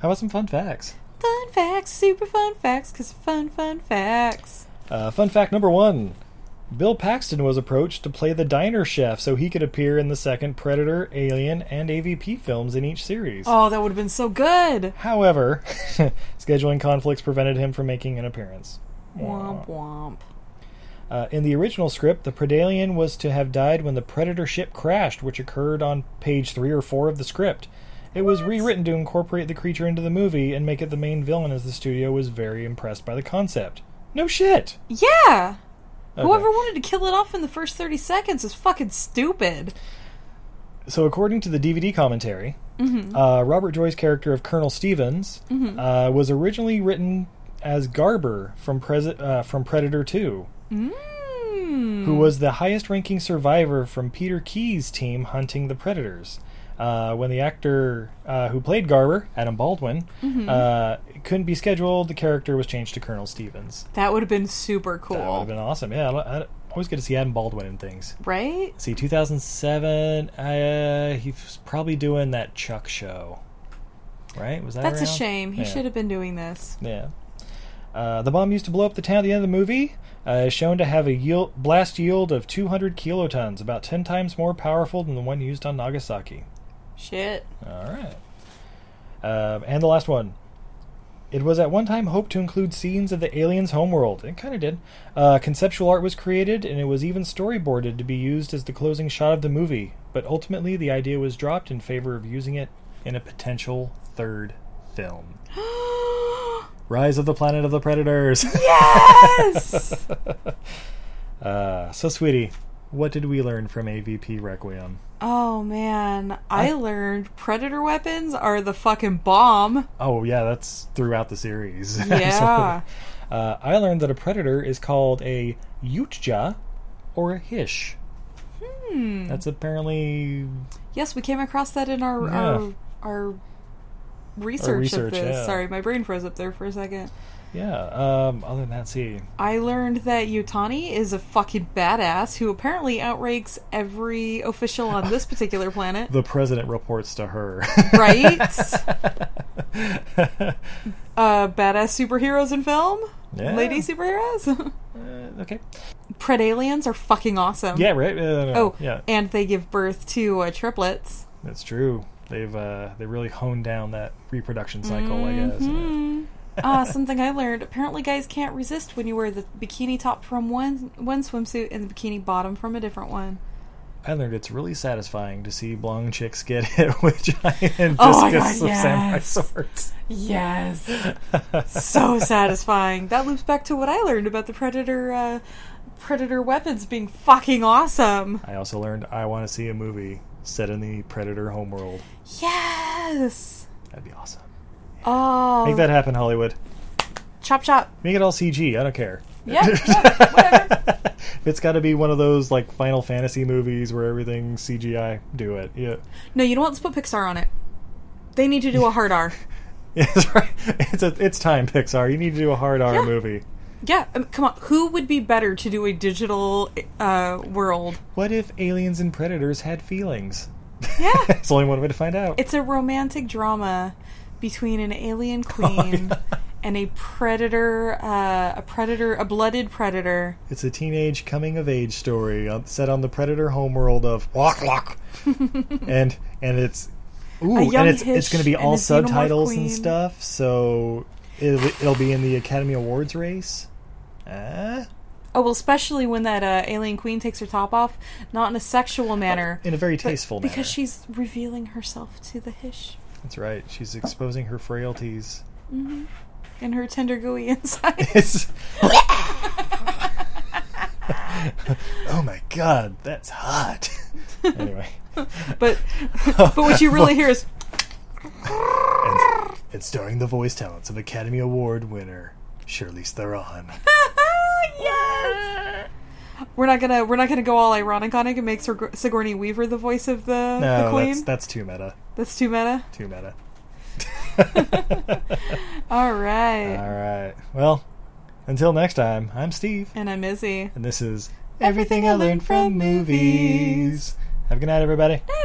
S1: How about some fun facts?
S2: Fun facts, super fun facts, cause fun, fun facts.
S1: Uh, fun fact number one Bill Paxton was approached to play the diner chef so he could appear in the second Predator, Alien, and AVP films in each series.
S2: Oh, that would have been so good.
S1: However, scheduling conflicts prevented him from making an appearance.
S2: Womp womp.
S1: Uh, in the original script, the Predalien was to have died when the Predator ship crashed, which occurred on page three or four of the script. It was rewritten to incorporate the creature into the movie and make it the main villain, as the studio was very impressed by the concept. No shit!
S2: Yeah.
S1: Okay.
S2: Whoever wanted to kill it off in the first 30 seconds is fucking stupid.
S1: so according to the DVD commentary, uh, Robert Joy's character of Colonel Stevens uh, was originally written as Garber from, Presi- uh, from Predator 2,
S2: Hmm. Mm.
S1: who was the highest ranking survivor from Peter Key's team hunting the Predators. Uh, when the actor uh, who played Garber, Adam Baldwin,
S2: Mm-hmm.
S1: uh, couldn't be scheduled, the character was changed to Colonel Stevens.
S2: That would have been super cool.
S1: That would have been awesome. Yeah, I, I always good to see Adam Baldwin in things.
S2: right?
S1: See, 2007, uh, he was probably doing that Chuck show, right? Was that
S2: That's a
S1: around?
S2: shame. He
S1: Yeah.
S2: should have been doing this.
S1: Yeah. Uh, the bomb used to blow up the town at the end of the movie uh, is shown to have a yield, blast yield of 200 kilotons, about 10 times more powerful than the one used on Nagasaki.
S2: Shit.
S3: All right. Um, and the last one. It was at one time hoped to include scenes of the aliens' homeworld. It kind of did. Uh, conceptual art was created, and it was even storyboarded to be used as the closing shot of the movie. But ultimately, the idea was dropped in favor of using it in a potential third film.
S1: Rise of the Planet of the Predators.
S2: Yes.
S3: Uh, so, sweetie, what did we learn from AVP Requiem?
S2: oh man, I, learned predator weapons are the fucking bomb.
S1: oh yeah, that's throughout the series.
S2: Yeah.
S3: Uh, I learned that a predator is called a Utja or a Hish. Hmm. That's apparently
S2: yes, we came across that in our
S3: Yeah.
S2: our, our research,
S3: research,
S2: of this.
S3: yeah.
S2: Sorry, my brain froze up there for a second.
S3: yeah. Um, other than that, see,
S2: I learned that Yutani is a fucking badass who apparently outranks every official on this particular planet.
S1: the president reports to her.
S2: right? uh, badass superheroes in film?
S3: Yeah.
S2: Lady superheroes?
S3: Uh, okay.
S2: Pred aliens are fucking awesome.
S3: Yeah, right. Uh, no,
S2: Oh,
S3: yeah,
S2: and they give birth to uh, triplets.
S3: that's true. They've uh, they really honed down that reproduction cycle, I guess.
S2: Uh, something I learned. Apparently, guys can't resist when you wear the bikini top from one one swimsuit and the bikini bottom from a different one.
S3: I learned it's really satisfying to see blonde chicks get hit with giant
S2: Oh my
S3: discus
S2: God,
S3: of samurai
S2: yes.
S3: swords.
S2: Yes. so satisfying. That loops back to what I learned about the predator uh, predator weapons being fucking awesome.
S1: I also learned I want to see a movie set in the Predator homeworld.
S2: Yes.
S1: That'd be awesome.
S2: Oh.
S1: Make that happen, Hollywood.
S2: chop chop.
S1: Make it all CG. I don't care.
S2: Yeah. yeah, whatever.
S1: It's got to be one of those like Final Fantasy movies where everything's CGI. Do it. Yeah.
S2: No, you know what? Let's put Pixar on it. They need to do a hard R.
S1: It's right. It's a, it's time, Pixar. You need to do a hard R
S2: Yeah.
S1: movie.
S2: Yeah, um, come on. Who would be better to do a digital uh, world?
S3: What if aliens and predators had feelings?
S2: Yeah.
S3: It's only one way to find out.
S2: it's a romantic drama between an alien
S1: Oh,
S2: queen and a predator, uh, a predator, a blooded predator.
S1: It's a teenage coming of age story on- set on the Predator homeworld of Walk Walk, and and it's ooh,
S2: young
S1: and it's it's
S2: Hish
S1: going to be
S2: and
S1: all
S2: a Xenomorph
S1: subtitles
S2: queen.
S1: and stuff. So it'll, it'll be in the Academy Awards race. Uh,
S2: Oh well, especially when that uh, alien queen takes her top off, not in a sexual manner,
S1: in a very tasteful
S2: because
S1: manner.
S2: she's revealing herself to the Hish
S1: That's right. She's exposing her frailties.
S2: and her tender gooey inside.
S1: It's oh my god, that's hot. anyway,
S2: but but what you really hear is
S1: and, and starring the voice talents of Academy Award winner Shirley Theron.
S2: yes. We're not gonna we're not gonna go all ironic on it and make Sig- Sigourney Weaver the voice of the, the
S1: No,
S2: queen.
S1: that's
S2: That's,
S1: that's too meta.
S2: too meta.
S1: Too meta.
S2: All
S1: All
S2: right.
S1: right. Well, until next time, I'm Steve,
S2: And I'm Izzy.
S1: and this is
S2: Everything I Learned From Movies.
S1: Have a good night, everybody.
S2: Bye.